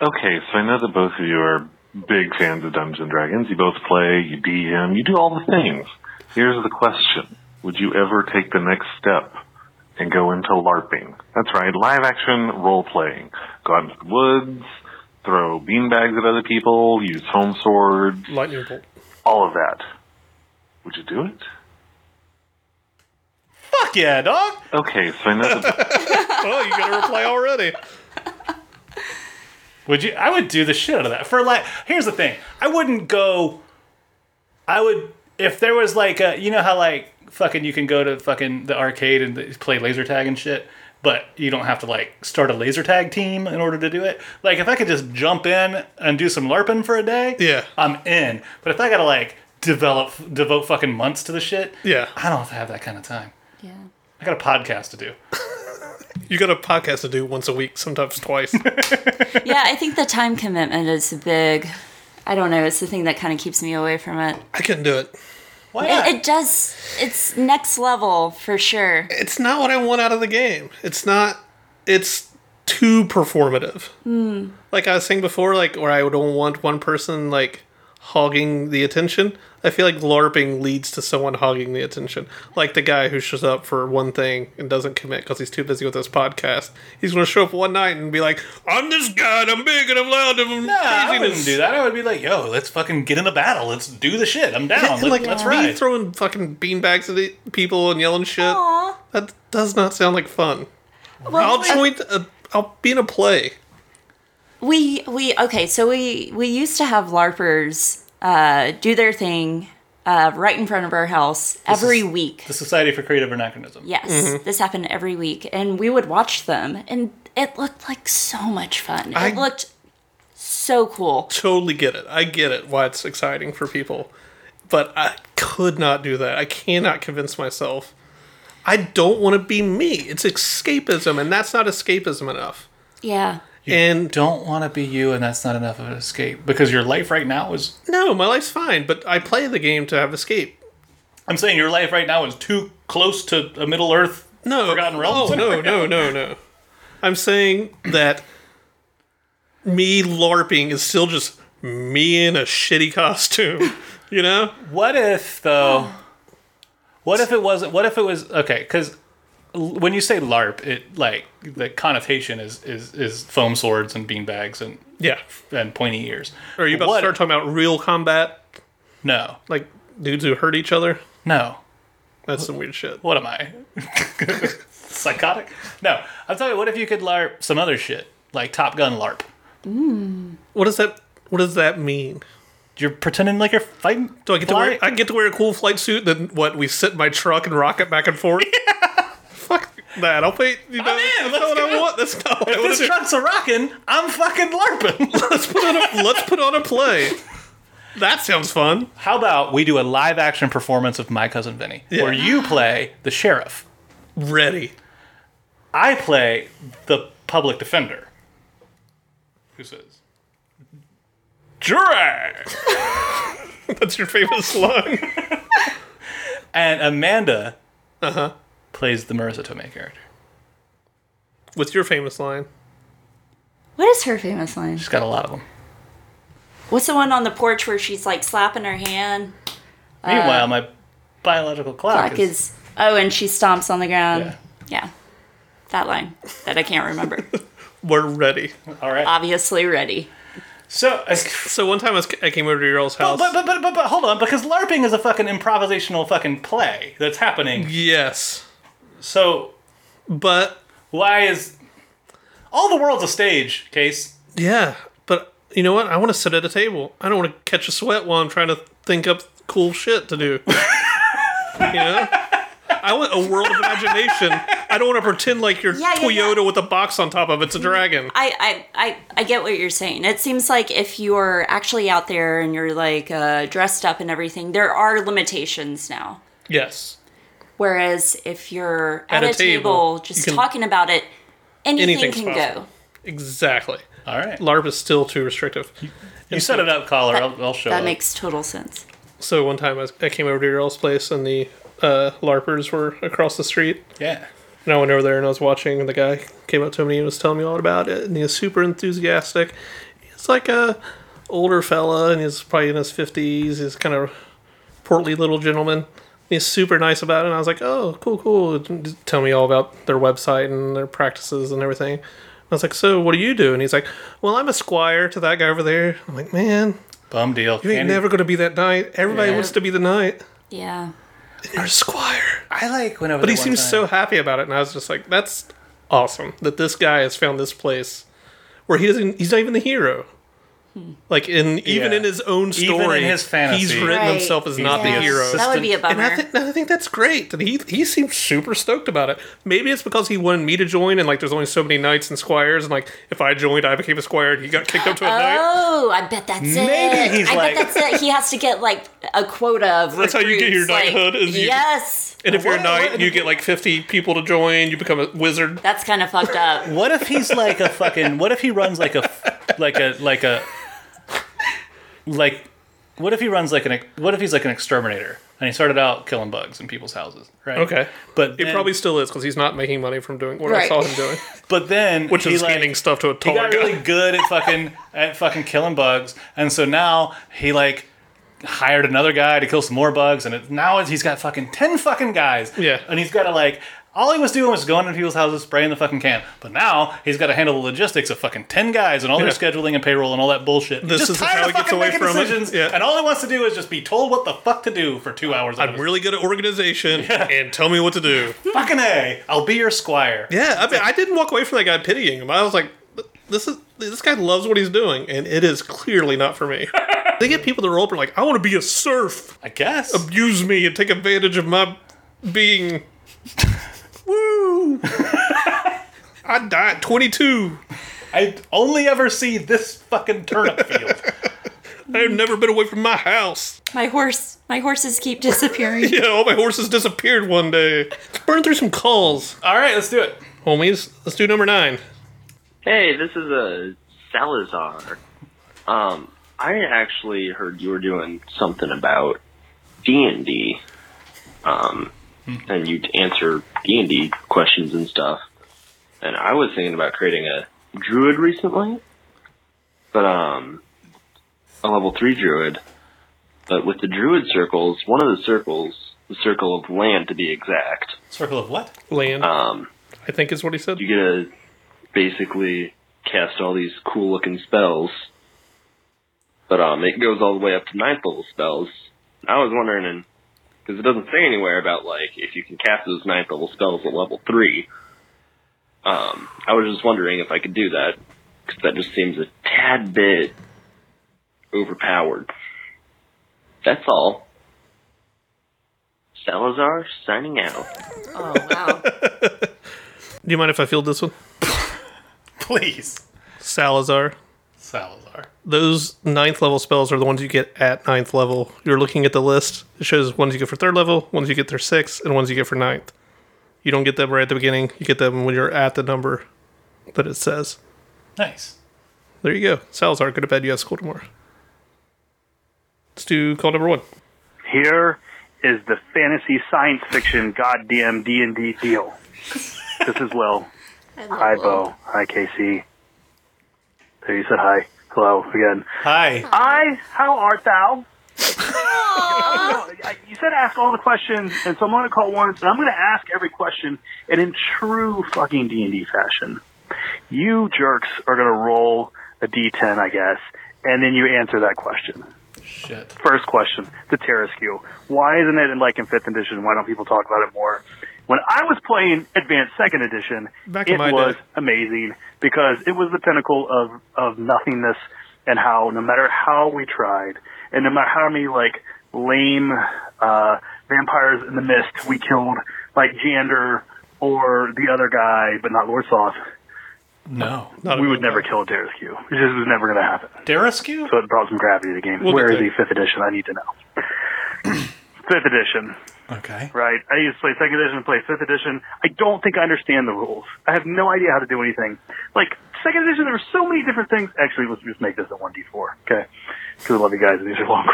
Speaker 3: Okay, so I know that both of you are big fans of Dungeons and Dragons. You both play, you DM, you do all the things. Here's the question Would you ever take the next step and go into LARPing? That's right, live action role playing. Go out into the woods, throw beanbags at other people, use foam swords,
Speaker 2: Lightning bolt.
Speaker 3: all of that. Would you do it?
Speaker 1: Fuck yeah, dog.
Speaker 3: Okay, so I know that.
Speaker 2: Oh, you got a reply already.
Speaker 1: Would you? I would do the shit out of that for like. Here's the thing. I wouldn't go. I would if there was like a you know how like fucking you can go to fucking the arcade and th- play laser tag and shit, but you don't have to like start a laser tag team in order to do it. Like if I could just jump in and do some larping for a day,
Speaker 2: Yeah.
Speaker 1: I'm in. But if I gotta like develop devote fucking months to the shit,
Speaker 2: Yeah.
Speaker 1: I don't have that kind of time.
Speaker 7: Yeah.
Speaker 1: I got a podcast to do.
Speaker 2: You got a podcast to do once a week, sometimes twice.
Speaker 7: Yeah, I think the time commitment is a big. I don't know. It's the thing that kind of keeps me away from it.
Speaker 2: I couldn't do it.
Speaker 1: Why not?
Speaker 7: It, it does. It's next level for sure.
Speaker 2: It's not what I want out of the game. It's not. It's too performative. Like I was saying before, like where I don't want one person like hogging the attention. I feel like LARPing leads to someone hogging the attention. Like the guy who shows up for one thing and doesn't commit because he's too busy with his podcast. He's going to show up one night and be like, I'm this guy, and I'm big, and I'm loud, and I'm
Speaker 1: Nah, I wouldn't
Speaker 2: craziness."
Speaker 1: do that. I would be like, yo, let's fucking get in a battle. Let's do the shit. I'm down.
Speaker 2: And,
Speaker 1: Let,
Speaker 2: like,
Speaker 1: let's
Speaker 2: me
Speaker 1: ride.
Speaker 2: throwing fucking beanbags at the people and yelling shit.
Speaker 7: Aw.
Speaker 2: That does not sound like fun.
Speaker 7: Well,
Speaker 2: I'll join. A, I'll be in a play.
Speaker 7: we we okay so we we used to have larpers uh do their thing uh right in front of our house every
Speaker 1: is- Mm-hmm.
Speaker 7: week
Speaker 1: the Society for Creative Anachronism.
Speaker 7: yes this happened every week and we would watch them and it looked like so much fun
Speaker 2: I-
Speaker 7: it looked so cool
Speaker 2: Totally get it. I get it why it's exciting for people. But I could not do that. I cannot convince myself. I don't want to be me. It's escapism, and that's not escapism enough.
Speaker 7: yeah
Speaker 2: and
Speaker 1: Don't want to be you, and that's not enough of an escape because your life right now is.
Speaker 2: no, my life's fine, but I play the game to have escape.
Speaker 1: I'm saying your life right now is too close to a Middle Earth
Speaker 2: No,
Speaker 1: Forgotten Realms.
Speaker 2: Oh, no, no, no, no. I'm saying that me LARPing is still just me in a shitty costume. You know?
Speaker 1: What if though? What if it wasn't? What if it was okay? Because when you say LARP, it like the connotation is is is foam swords and beanbags and
Speaker 2: Yeah.
Speaker 1: and pointy ears.
Speaker 2: Are you about
Speaker 1: What-
Speaker 2: to start talking about real combat?
Speaker 1: No,
Speaker 2: Like dudes who hurt each other?
Speaker 1: no.
Speaker 2: That's some weird shit.
Speaker 1: What am I? Psychotic? No. I'm telling you, what if you could LARP some other shit like Top Gun LARP?
Speaker 2: What does that what does that mean?
Speaker 1: You're pretending like you're fighting.
Speaker 2: Do I get to wear I get to wear a cool flight suit, then what, we sit in my truck and rock it back and forth? Fuck that. I'll pay you know,
Speaker 1: in,
Speaker 2: that's
Speaker 1: let's
Speaker 2: not what I
Speaker 1: go.
Speaker 2: want. That's not what I want
Speaker 1: This
Speaker 2: to do.
Speaker 1: truck's a rockin'. I'm fucking LARPing.
Speaker 2: let's put on a let's put on a play. That sounds fun.
Speaker 1: How about we do a live action performance of My Cousin Vinny,
Speaker 2: Yeah.
Speaker 1: where you play the sheriff,
Speaker 2: Ready.
Speaker 1: I play the public defender, who says, "Jury,"
Speaker 2: That's your famous line.
Speaker 1: and Amanda
Speaker 2: Uh-huh.
Speaker 1: plays the Marissa Tomei character.
Speaker 2: What's your famous line?
Speaker 7: what is her famous line
Speaker 1: She's got a lot of them.
Speaker 7: what's the one on the porch where she's like slapping her hand
Speaker 1: Meanwhile, my biological clock,
Speaker 7: Black
Speaker 1: is,
Speaker 7: Uh, is oh and she stomps on the ground
Speaker 1: Yeah.
Speaker 7: yeah that line that i can't remember
Speaker 2: We're ready.
Speaker 1: all right.
Speaker 7: obviously ready
Speaker 1: So,
Speaker 2: So one time I, was, I came over to your girl's
Speaker 1: but,
Speaker 2: house.
Speaker 1: but, but, but, but hold on, because LARPing is a fucking improvisational fucking play that's happening.
Speaker 2: yes,
Speaker 1: So
Speaker 2: but
Speaker 1: why is all the world's a stage? Case
Speaker 2: yeah, but you know what? I want to sit at a table. I don't want to catch a sweat while I'm trying to think up cool shit to do. you know. I want a world of imagination. I don't want to pretend like your
Speaker 7: Yeah, yeah,
Speaker 2: Toyota
Speaker 7: yeah.
Speaker 2: with a box on top of it's a dragon.
Speaker 7: I, I, I, I get what you're saying. It seems like if you're actually out there and you're like uh, dressed up and everything, there are limitations now.
Speaker 2: Yes.
Speaker 7: Whereas if you're at,
Speaker 2: At a
Speaker 7: a, table,
Speaker 2: table, you
Speaker 7: just
Speaker 2: can-
Speaker 7: talking about it, anything
Speaker 2: Anything's
Speaker 7: can
Speaker 2: possible.
Speaker 7: go.
Speaker 2: Exactly.
Speaker 1: all right.
Speaker 2: LARP is still too restrictive.
Speaker 1: You set it up, caller. I'll, I'll show.
Speaker 7: That
Speaker 1: up.
Speaker 7: makes total sense.
Speaker 2: So one time I, I came over to your girl's place and the uh, LARPers were across the street.
Speaker 1: yeah.
Speaker 2: And I went over there and I was watching, and the guy came up to me and was telling me all about it. And he was super enthusiastic. He's like a older fella, and he's probably in his fifties. He's kind of portly little gentleman. He's super nice about it. And I was like, "Oh, cool, cool." Just tell me all about their website and their practices and everything. I was like, "So, what do you do?" And he's like, "Well, I'm a squire to that guy over there." I'm like, "Man,
Speaker 1: Bum deal.
Speaker 2: you ain't
Speaker 1: Candy-
Speaker 2: never gonna be that knight. Everybody
Speaker 7: Yeah.
Speaker 2: wants to be the knight.
Speaker 7: Yeah.
Speaker 2: You're a squire."
Speaker 1: I like went over.
Speaker 2: But he
Speaker 1: there one
Speaker 2: seems
Speaker 1: time.
Speaker 2: so happy about it, and I was just like, "That's awesome that this guy has found this place where he doesn't—he's not even the hero. Like in even
Speaker 1: Hmm. Yeah.
Speaker 2: in his own
Speaker 1: Even in
Speaker 2: story,
Speaker 1: his fantasy.
Speaker 2: he's written
Speaker 7: Right.
Speaker 2: himself as not
Speaker 7: Yeah.
Speaker 2: the hero.
Speaker 7: That would be a
Speaker 2: and
Speaker 7: bummer.
Speaker 2: I think, I think that's great. And he he seems super stoked about it. Maybe it's because he wanted me to join, and like there's only so many knights and squires, and like if I joined, I became a squire, and he got kicked up to a knight.
Speaker 7: Oh, I bet that's it.
Speaker 1: Maybe he's
Speaker 7: I
Speaker 1: like-
Speaker 7: bet that's it. He has to get like a quota of
Speaker 2: That's how you get your
Speaker 7: recruits, like-
Speaker 2: knighthood, is you-
Speaker 7: yes.
Speaker 2: And if you're a
Speaker 1: What-
Speaker 2: knight,
Speaker 1: what-
Speaker 2: you get like 50 people to join. You become a wizard.
Speaker 7: That's kind of fucked up.
Speaker 1: Uh, What if he's like a fucking? What if he runs like a, f- like a, like a, like, what if he runs like an? What if he's like an exterminator and he started out killing bugs in people's houses, right?
Speaker 2: Okay,
Speaker 1: but
Speaker 2: it
Speaker 1: then-
Speaker 2: probably still is because he's not making money from doing what I
Speaker 7: Right.
Speaker 2: saw him doing.
Speaker 1: but then
Speaker 2: which
Speaker 1: he
Speaker 2: is
Speaker 1: like,
Speaker 2: handing stuff to a
Speaker 1: he
Speaker 2: taller
Speaker 1: got
Speaker 2: guy.
Speaker 1: really good at fucking at fucking killing bugs, and so now he like
Speaker 3: hired another guy to kill some more bugs, and it, now it's- he's got fucking ten fucking guys.
Speaker 2: Yeah.
Speaker 3: and he's got to like. All he was doing was going into people's houses, spraying the fucking can. But now he's got to handle the logistics of fucking ten guys and all their
Speaker 2: Yeah.
Speaker 3: scheduling and payroll and all that bullshit. He's
Speaker 2: This
Speaker 3: just
Speaker 2: is
Speaker 3: tired
Speaker 2: how
Speaker 3: of
Speaker 2: he gets
Speaker 3: fucking
Speaker 2: away
Speaker 3: making
Speaker 2: from it.
Speaker 3: decisions,
Speaker 2: Yeah.
Speaker 3: and all he wants to do is just be told what the fuck to do for two hours.
Speaker 2: I'm really good at organization, and tell me what to do.
Speaker 3: fucking a. I'll be your squire.
Speaker 2: Yeah, I mean, I didn't walk away from that guy pitying him. I was like, this is this guy loves what he's doing, and it is clearly not for me. they get people that roll up and are like, I want to be a serf,
Speaker 3: I guess.
Speaker 2: abuse me, and take advantage of my being. Woo! I died 22.
Speaker 3: I only ever see this fucking turnip field.
Speaker 2: I've never been away from my house.
Speaker 7: My horse, my horses keep disappearing.
Speaker 2: Yeah, all my horses disappeared one day. Let's burn through some calls,
Speaker 3: All right, let's do it.
Speaker 2: homies. Let's do number nine.
Speaker 11: Hey, this is uh, Salazar. Um, I actually heard you were doing something about D and D, um, and you'd answer D and D questions and stuff. And I was thinking about creating a druid recently, but um, a level three druid. But with the druid circles, one of the circles, the circle of land to be exact,
Speaker 3: Circle of what?
Speaker 2: Land,
Speaker 11: um,
Speaker 2: I think is what he said.
Speaker 11: you get to basically cast all these cool looking spells. But um, it goes all the way up to ninth level spells. I was wondering, because it doesn't say anywhere about like if you can cast those ninth level spells at level three. Um, I was just wondering if I could do that because that just seems a tad bit overpowered. That's all. Salazar signing out.
Speaker 7: Oh wow.
Speaker 2: Do you mind if I field this one?
Speaker 3: Please.
Speaker 2: Salazar.
Speaker 3: Salazar.
Speaker 2: those ninth level spells are the ones you get at ninth level. You're looking at the list. It shows ones you get for third level, ones you get for sixth, and ones you get for ninth. You don't get them right at the beginning. You get them when you're at the number that it says.
Speaker 3: Nice.
Speaker 2: There you go. Salazar, go to bed. You have school tomorrow. Let's do call number one.
Speaker 1: Here is the fantasy science fiction goddamn D and D deal. this is Will.
Speaker 7: Mm.
Speaker 1: Hi, Bo. Hi, KC. There you said hi. Hello again.
Speaker 3: Hi.
Speaker 1: I. How art thou? No, I- you said ask all the questions, and so I'm going to call once, and I'm going to ask every question, and in true fucking D and D fashion, you jerks are going to roll a D10, I guess, and then you answer that question.
Speaker 3: Shit.
Speaker 1: First question, the Terra SKU. Why isn't it in like in fifth edition? Why don't people talk about it more? When I was playing Advanced Second Edition,
Speaker 2: Back in
Speaker 1: it
Speaker 2: my
Speaker 1: was
Speaker 2: day.
Speaker 1: amazing because it was the pinnacle of of nothingness and how no matter how we tried and no matter how many like lame uh, vampires in the mist we killed, like Jander or the other guy, but not Lord Soth,
Speaker 3: No.
Speaker 2: Not a
Speaker 1: we would
Speaker 2: good
Speaker 1: never
Speaker 2: guy.
Speaker 1: kill Terra SKU. It just was never going to happen.
Speaker 3: Darescu?
Speaker 1: So it brought some gravity to the game.
Speaker 2: We'll
Speaker 1: Where is
Speaker 2: get
Speaker 1: the fifth edition? I need to know. fifth edition,
Speaker 3: Okay.
Speaker 1: right? I used to play second edition and play fifth edition. I don't think I understand the rules. I have no idea how to do anything. Like second edition, there were so many different things. Actually, let's just make this a one d four, okay? Because I love you guys. and These are long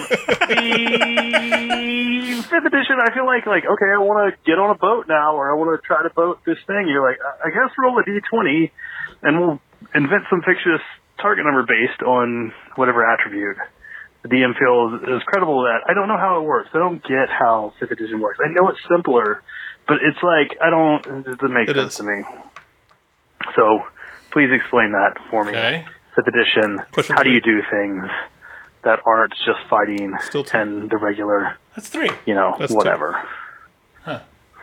Speaker 1: questions. um, the fifth edition, I feel like like okay, I want to get on a boat now, or I want to try to boat this thing. You're like, I I guess roll a d twenty, and we'll invent some fictitious target number based on whatever attribute. The DM feels is credible to that. I don't know how it works. I don't get how fifth edition works. I know it's simpler, but it's like I don't. It doesn't make
Speaker 2: It
Speaker 1: sense
Speaker 2: is.
Speaker 1: to me. So please explain that for me.
Speaker 3: Okay.
Speaker 1: Fifth edition.
Speaker 2: Question
Speaker 1: how do
Speaker 2: three.
Speaker 1: you do things that aren't just fighting
Speaker 2: Still two.
Speaker 1: and the regular,
Speaker 3: That's three.
Speaker 1: you know,
Speaker 2: That's two.
Speaker 1: whatever.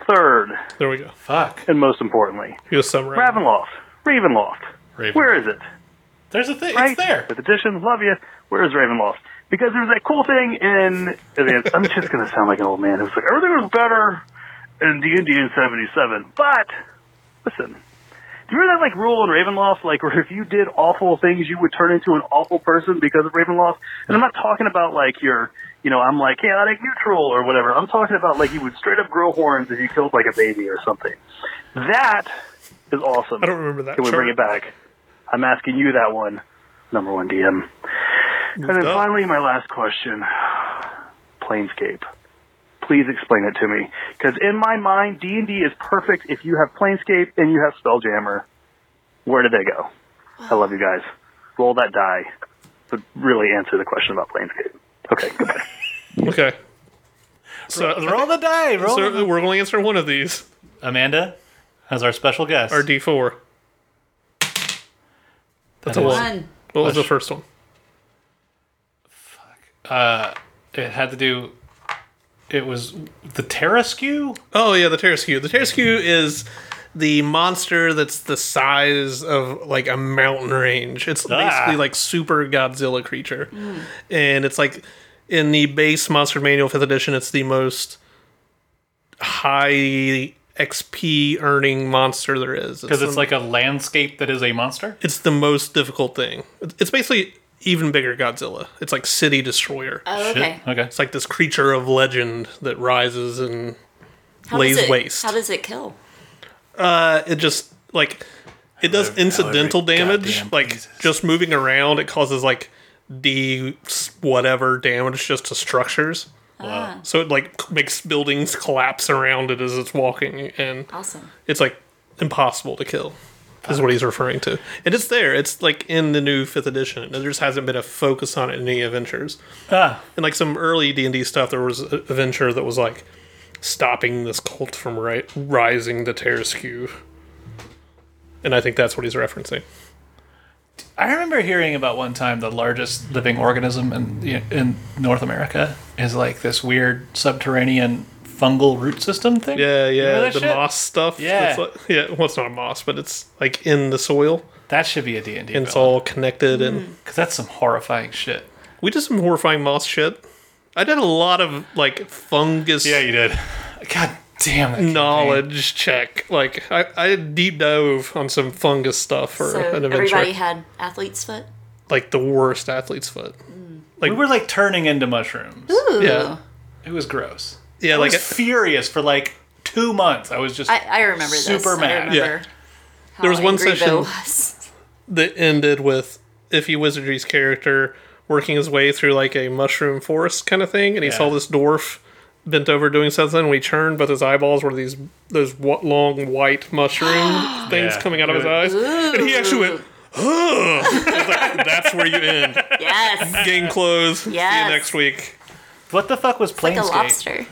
Speaker 1: Third,
Speaker 2: There we go.
Speaker 3: Fuck.
Speaker 1: and most importantly,
Speaker 2: You a summary.
Speaker 1: Ravenloft. Ravenloft.
Speaker 3: Raven.
Speaker 1: Where is it?
Speaker 3: There's a thing.
Speaker 1: right?
Speaker 3: It's there.
Speaker 1: Fifth edition, love you. Where is Ravenloft? Because there's that cool thing in Advanced. I'm just gonna sound like an old man. It was like everything was better in D and D in '77. But listen, do you remember that like rule in Ravenloft, like where if you did awful things, you would turn into an awful person because of Ravenloft? And I'm not talking about like your, you know, I'm like chaotic neutral or whatever. I'm talking about like you would straight up grow horns if you killed like a baby or something. That is awesome.
Speaker 2: I don't remember that.
Speaker 1: Can we
Speaker 2: chart.
Speaker 1: bring it back? I'm asking you that one, number one DM. And then
Speaker 2: up.
Speaker 1: finally, my last question Planescape. Please explain it to me. Because in my mind, D&D is perfect if you have Planescape and you have Spelljammer. Where do they go? I love you guys. Roll that die.
Speaker 12: would really answer the question about Planescape. Okay, goodbye.
Speaker 2: Okay.
Speaker 1: So roll the die. Roll.
Speaker 2: So
Speaker 1: the-
Speaker 2: we're only answering one of these.
Speaker 1: Amanda, as our special guest,
Speaker 2: Our D four. That's
Speaker 1: That
Speaker 2: a
Speaker 1: is-
Speaker 2: one. What was the first one?
Speaker 1: uh, it had to do. It was the Terraskew.
Speaker 2: Oh yeah, the Terraskew. The Terraskew is the monster that's the size of like a mountain range. It's
Speaker 1: Ah.
Speaker 2: basically like super Godzilla creature,
Speaker 1: Mm.
Speaker 2: and it's like in the base Monster Manual Fifth Edition, it's the most high XP earning monster there is
Speaker 1: Because it's
Speaker 2: the-
Speaker 1: like a landscape that is a monster.
Speaker 2: it's the most difficult thing. It's basically even bigger Godzilla. It's like City Destroyer.
Speaker 7: Oh, okay. Shit,
Speaker 1: Okay.
Speaker 2: It's like this creature of legend that rises and
Speaker 7: How
Speaker 2: lays
Speaker 7: does it,
Speaker 2: waste.
Speaker 7: How does it kill?
Speaker 2: Uh, it just like it does incidental damage. Like just moving around, it causes like d s- whatever damage just to structures.
Speaker 7: Ah.
Speaker 2: So it like c- makes buildings collapse around it as it's walking, and
Speaker 7: Awesome.
Speaker 2: it's like impossible to kill. Is what he's referring to, and it's there. It's like in the new fifth edition. There just hasn't been a focus on it in any adventures.
Speaker 1: Ah,
Speaker 2: And like some early D and D stuff, there was a a venture that was like stopping this cult from ri- rising the terror skew. And I think that's what he's referencing.
Speaker 1: I remember hearing about one time the largest living organism in in North America is like this weird subterranean fungal root system thing.
Speaker 2: Yeah,
Speaker 1: You
Speaker 2: yeah,
Speaker 1: know that
Speaker 2: the
Speaker 1: shit?
Speaker 2: moss stuff.
Speaker 1: Yeah.
Speaker 2: that's like, yeah. Well, it's not a moss, but it's like in the soil.
Speaker 1: That should be a D and D.
Speaker 2: And it's all connected,
Speaker 7: Hmm.
Speaker 2: and
Speaker 1: because that's some horrifying shit.
Speaker 2: we did some horrifying moss shit. I did a lot of like fungus. Yeah,
Speaker 1: you did. God damn it!
Speaker 2: Knowledge check. Like I, I deep dove on some fungus stuff for
Speaker 7: So
Speaker 2: an adventure.
Speaker 7: everybody had athlete's foot.
Speaker 2: like the worst athlete's foot. Like
Speaker 1: we were like turning into mushrooms.
Speaker 7: Ooh.
Speaker 2: Yeah.
Speaker 1: It was gross.
Speaker 2: Yeah,
Speaker 1: I
Speaker 2: like-
Speaker 1: was furious for like two months. I was just
Speaker 7: I, I remember this.
Speaker 1: super mad.
Speaker 7: I remember
Speaker 2: Yeah. There was
Speaker 7: how
Speaker 2: one
Speaker 7: angry Bill
Speaker 2: session-
Speaker 7: was.
Speaker 2: that ended with Iffy Wizardry's character working his way through like a mushroom forest kind of thing, and he
Speaker 1: Yeah.
Speaker 2: saw this dwarf bent over doing something. We turned, but his eyeballs were these those wa- long white mushroom things
Speaker 1: Yeah.
Speaker 2: coming out of his eyes, and he actually went. "Ugh." It's like, that's where you end.
Speaker 7: Yes.
Speaker 2: Game close. See
Speaker 7: Yes.
Speaker 2: you next week.
Speaker 1: What the fuck was
Speaker 7: Like a
Speaker 1: Planescape?
Speaker 7: lobster.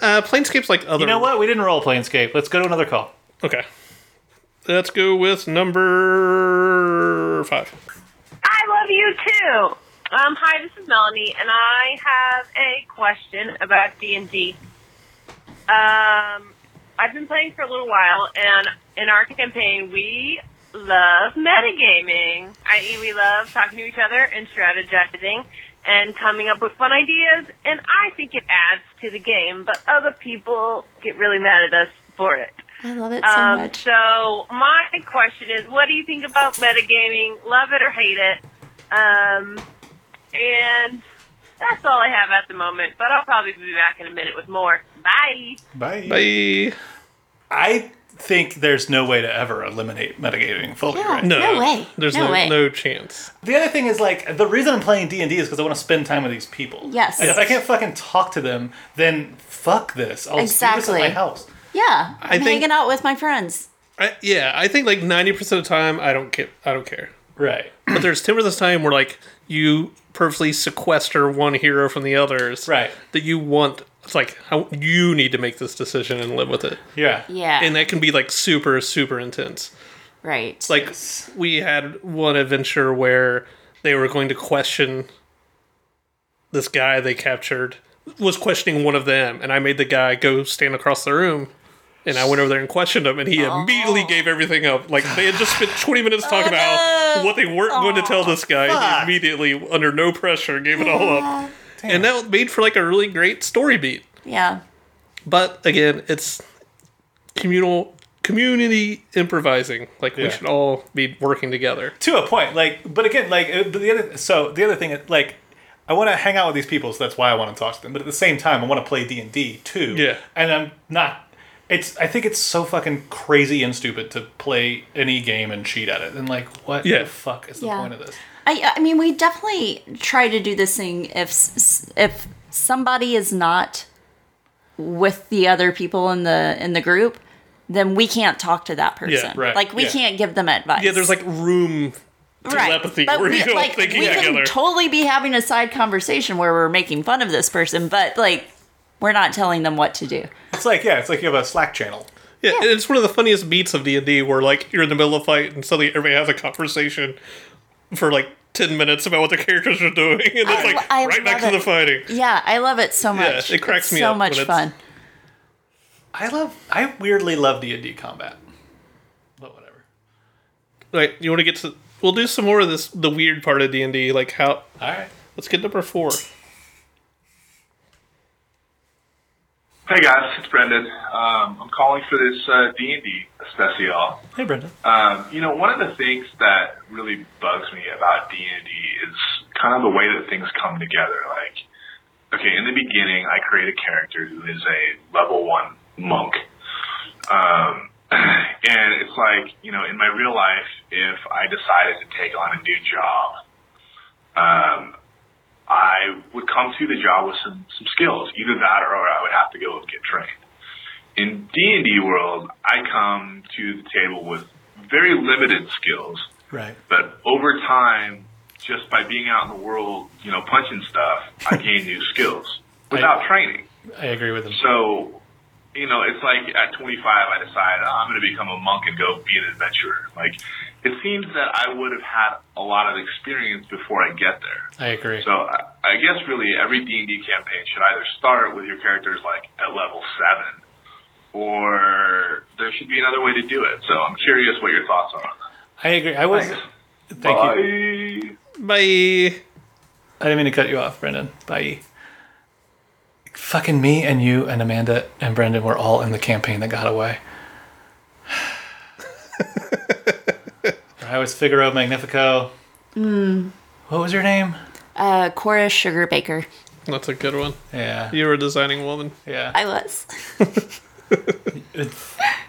Speaker 2: Uh, Planescape's like other.
Speaker 1: You know what? We didn't roll Planescape. Let's go to another call.
Speaker 2: Okay. Let's go with number five.
Speaker 8: I love you too. Um, hi, this is Melanie, and I have a question about D and D. Um, I've been playing for a little while, and in our campaign, we love metagaming. I.e., we love talking to each other and strategizing and coming up with fun ideas. And I think it adds to the game, but other people get really mad at us for it.
Speaker 7: I love it so
Speaker 8: Um,
Speaker 7: much.
Speaker 8: so my question is, what do you think about metagaming? Love it or hate it? Um, and that's all I have at the moment, but I'll probably be back in a minute with more. Bye.
Speaker 1: Bye.
Speaker 2: Bye.
Speaker 1: I think there's no way to ever eliminate metagaming fully. right?
Speaker 2: No.
Speaker 7: No way.
Speaker 2: There's
Speaker 7: No
Speaker 2: no,
Speaker 7: way.
Speaker 2: no chance.
Speaker 1: The other thing is like the reason I'm playing D and D is because I want to spend time with these people.
Speaker 7: Yes.
Speaker 1: And if I can't fucking talk to them, then fuck this.
Speaker 2: Oh,
Speaker 1: I'll exactly. do this
Speaker 7: Exactly.
Speaker 1: at my house.
Speaker 7: Yeah. I'm
Speaker 2: I think-
Speaker 7: hanging out with my friends.
Speaker 2: I, Uh, yeah, I think like ninety percent of the time I don't care. I don't care.
Speaker 1: Right.
Speaker 2: But there's ten percent of the time where like you purposely sequester one hero from the others.
Speaker 1: Right.
Speaker 2: That you want. It's like how you need to make this decision and live with it.
Speaker 1: Yeah.
Speaker 7: Yeah.
Speaker 2: And that can be like super super intense.
Speaker 7: right.
Speaker 2: Like we had one adventure where they were going to question this guy they captured was questioning one of them, and I made the guy go stand across the room. And I went over there and questioned him, and he immediately gave everything up. Like they had just spent 20 minutes talking about what they weren't going to tell this guy,
Speaker 1: fuck.
Speaker 2: and he immediately, under no pressure, gave it all up. And that made for like a really great story beat.
Speaker 7: yeah.
Speaker 2: But again, it's communal community improvising. Like
Speaker 1: Yeah.
Speaker 2: we should all be working together.
Speaker 1: to a point like but again like uh, but the other so the other thing is, like i want to hang out with these people so that's why i want to talk to them but at the same time i want to play d&d too
Speaker 2: Yeah.
Speaker 1: and i'm not it's i think it's so fucking crazy and stupid to play any game and cheat at it and like what
Speaker 2: Yeah.
Speaker 1: the fuck is the
Speaker 7: Yeah.
Speaker 1: point of this
Speaker 7: I, I mean, we definitely try to do this thing if s- s- if somebody is not with the other people in the in the group, then we can't talk to that person.
Speaker 2: right,
Speaker 7: Like we
Speaker 2: yeah.
Speaker 7: can't give them advice.
Speaker 2: Yeah, there's like room
Speaker 1: telepathy
Speaker 7: But
Speaker 1: where
Speaker 7: we-
Speaker 1: you go
Speaker 7: like,
Speaker 1: thinking
Speaker 7: we
Speaker 1: together.
Speaker 7: can totally be having a side conversation where we're making fun of this person, but like we're not telling them what to do.
Speaker 1: It's like yeah, it's like you have a Slack channel.
Speaker 2: Yeah, and it's one of the funniest beats of D and D, where like you're in the middle of a fight and suddenly everybody has a conversation for like ten minutes about what their characters are doing, and it's like
Speaker 7: I
Speaker 2: right back
Speaker 7: love
Speaker 2: to
Speaker 7: it.
Speaker 2: the fighting.
Speaker 7: Yeah, I love it so
Speaker 2: Yeah,
Speaker 7: much.
Speaker 2: it cracks
Speaker 7: It's
Speaker 2: me
Speaker 7: so
Speaker 2: up
Speaker 7: much
Speaker 2: when it's-
Speaker 7: fun.
Speaker 1: I love. I weirdly love D and D combat.
Speaker 2: Right, you want to get to? We'll do some more of this, the weird part of D and D, like how.
Speaker 1: All right,
Speaker 2: let's get number four.
Speaker 5: Hey guys, it's Brendan. Um, I'm calling for this uh, D&D special.
Speaker 1: Hey, Brenda.
Speaker 5: Um, you know, one of the things that really bugs me about D and D is kind of the way that things come together. Like, okay, in the beginning, I create a character who is a level one monk, um, and it's like, you know, in my real life, if I decided to take on a new job, um, I would come to the job with some some skills. Either that, or I would have to go and get trained in D and D world, I come to the table with very limited skills,
Speaker 1: Right.
Speaker 5: but over time, just by being out in the world, you know, punching stuff, I gain new skills without training.
Speaker 1: I agree with him.
Speaker 5: So, you know, it's like at 25, I decided I'm going to become a monk and go be an adventurer. Like, it seems that I would have had a lot of experience before I get there.
Speaker 1: I agree.
Speaker 5: So I I guess really every D and D campaign should either start with your characters like at level seven, or there should be another way to do it. So I'm curious what your thoughts are on that.
Speaker 1: I agree. I was. Thank
Speaker 5: you.
Speaker 2: Bye.
Speaker 1: I didn't mean to cut you off, Brendan. Bye. Fucking me and you and Amanda and Brendan were all in the campaign that got away. I was Figaro Magnifico.
Speaker 7: Mm.
Speaker 1: What was your name?
Speaker 7: Uh, Cora Sugar Baker.
Speaker 2: That's a good one.
Speaker 1: Yeah.
Speaker 2: You were a designing woman.
Speaker 1: Yeah.
Speaker 7: I was.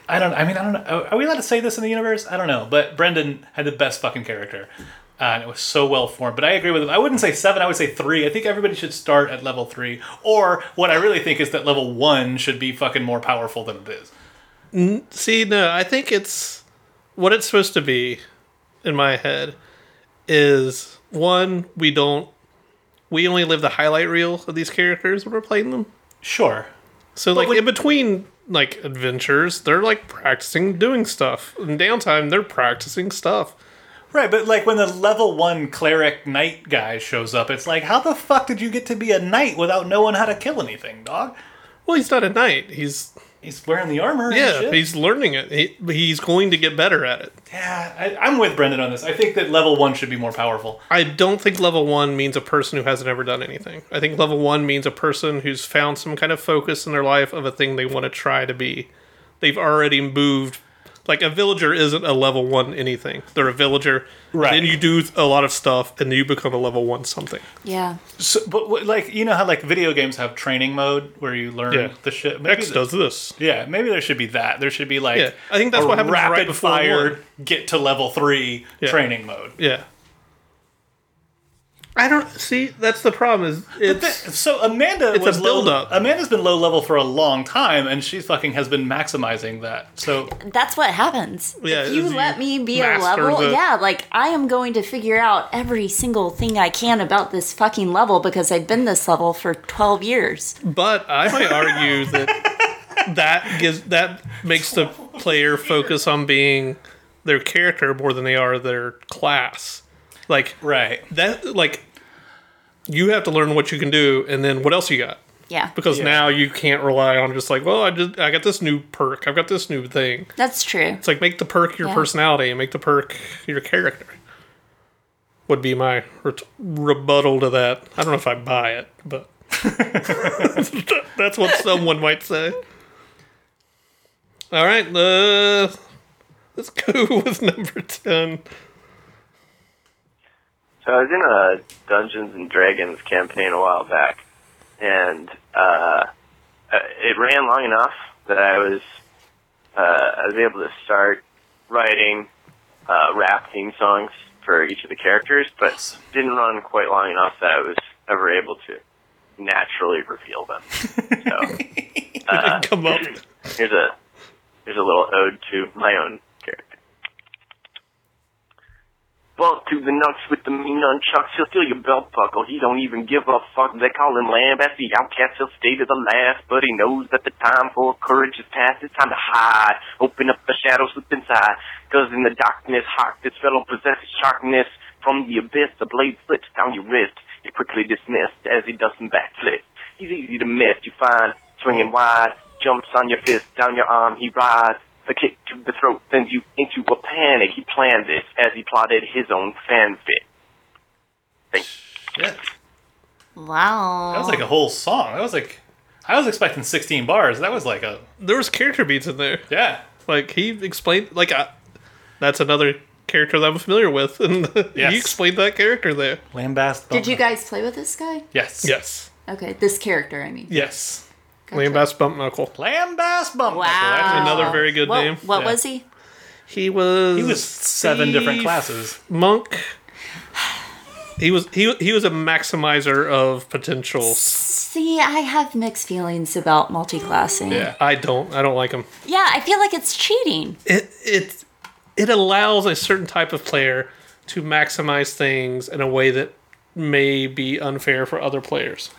Speaker 1: I don't. I mean, I don't know. Are we allowed to say this in the universe? I don't know. But Brendan had the best fucking character, uh, and it was so well formed. But I agree with him. I wouldn't say seven. I would say three. I think everybody should start at level three. Or what I really think is that level one should be fucking more powerful than it is.
Speaker 2: N- See, no, I think it's what it's supposed to be in my head is one, we don't we only live the highlight reel of these characters when we're playing them.
Speaker 1: Sure.
Speaker 2: So like in between like adventures, they're like practicing doing stuff. In downtime, they're practicing stuff.
Speaker 1: Right, but like when the level one cleric knight guy shows up, it's like, how the fuck did you get to be a knight without knowing how to kill anything, dog?
Speaker 2: Well, he's not a knight. He's
Speaker 1: he's wearing the armor. and
Speaker 2: Yeah,
Speaker 1: shit.
Speaker 2: he's learning it. He, he's going to get better at it.
Speaker 1: Yeah, I, I'm with Brendan on this. I think that level one should be more powerful.
Speaker 2: I don't think level one means a person who hasn't ever done anything. I think level one means a person who's found some kind of focus in their life of a thing they want to try to be. They've already moved. Like a villager isn't a level one anything. They're a villager. Right. Then you do a lot of stuff, and you become a level one something.
Speaker 7: Yeah.
Speaker 1: So, but what- like you know how like video games have training mode where you learn
Speaker 2: Yeah.
Speaker 1: the shit.
Speaker 2: X does this.
Speaker 1: Yeah, maybe there should be that. There should be like
Speaker 2: Yeah, I think that's
Speaker 1: a
Speaker 2: what happens right
Speaker 1: rapid
Speaker 2: before
Speaker 1: fire
Speaker 2: one.
Speaker 1: get to level three
Speaker 2: Yeah.
Speaker 1: training mode.
Speaker 2: Yeah. I don't see. That's the problem. Is it's
Speaker 1: so Amanda
Speaker 2: it's
Speaker 1: was
Speaker 2: a
Speaker 1: low,
Speaker 2: build-up.
Speaker 1: Amanda's been low level for a long time, and she fucking has been maximizing that. So
Speaker 7: That's what happens.
Speaker 1: Yeah,
Speaker 7: if you
Speaker 1: is you
Speaker 7: let me be a
Speaker 1: master
Speaker 7: level,
Speaker 1: the-
Speaker 7: yeah, like I am going to figure out every single thing I can about this fucking level because I've been this level for 12 years.
Speaker 2: But I might argue that that gives that makes the player focus on being their character more than they are their class. Like
Speaker 1: right
Speaker 2: that like you have to learn what you can do and then what else you got
Speaker 7: Yeah.
Speaker 2: because now you can't rely on just like well I just I got this new perk I've got this new thing.
Speaker 7: That's true.
Speaker 2: It's like make the perk your
Speaker 7: Yeah.
Speaker 2: personality and make the perk your character. Would be my ret- rebuttal to that. I don't know if I buy it, but that's what someone might say. All right, uh, let's go with number ten.
Speaker 9: So I was in a Dungeons and Dragons campaign a while back, and uh, uh, it ran long enough that I was uh, I was able to start writing uh, rap theme songs for each of the characters, but didn't run quite long enough that I was ever able to naturally reveal them. So uh,
Speaker 2: come up.
Speaker 9: here's a here's a little ode to my own character. ball to the nuts with the mean unchucks. He'll steal your belt buckle. He don't even give a fuck. They call him lamb. That's the outcast. He'll stay to the last. But he knows that the time for courage is past. It's time to hide. Open up the shadows slip inside. Cause in the darkness, hawk, this fellow possesses sharpness. From the abyss, the blade slips down your wrist. You're quickly dismissed as he does some backflips. He's easy to miss. You find swinging wide, jumps on your fist, down your arm, he rides. The kick to the throat sends you into a panic. He planned this as he plotted his own fanfic.
Speaker 7: Wow.
Speaker 1: That was like
Speaker 2: Oh.
Speaker 1: a whole song. That was like, I was expecting 16 bars. That was like a.
Speaker 2: There was character beats in there.
Speaker 1: Yeah.
Speaker 2: Like he explained like I, that's another character that I'm familiar with and
Speaker 1: Yes.
Speaker 2: you explained that character there.
Speaker 1: Lambast.
Speaker 7: Did you guys play with this guy?
Speaker 1: Yes.
Speaker 2: Yes.
Speaker 7: Okay, this character, I mean.
Speaker 2: Yes. Lambass Bump Knuckle.
Speaker 1: Lambass Bump.
Speaker 7: Wow.
Speaker 2: another very good
Speaker 7: What-
Speaker 2: name.
Speaker 7: What
Speaker 2: Yeah.
Speaker 7: was he?
Speaker 2: He was
Speaker 1: He was seven different
Speaker 2: thief,
Speaker 1: classes.
Speaker 2: Monk. He was he he was a maximizer of potential.
Speaker 7: See, I have mixed feelings about multi-classing.
Speaker 2: I don't I don't like him.
Speaker 7: Yeah, I feel like it's cheating.
Speaker 2: it it it allows a certain type of player to maximize things in a way that may be unfair for other players.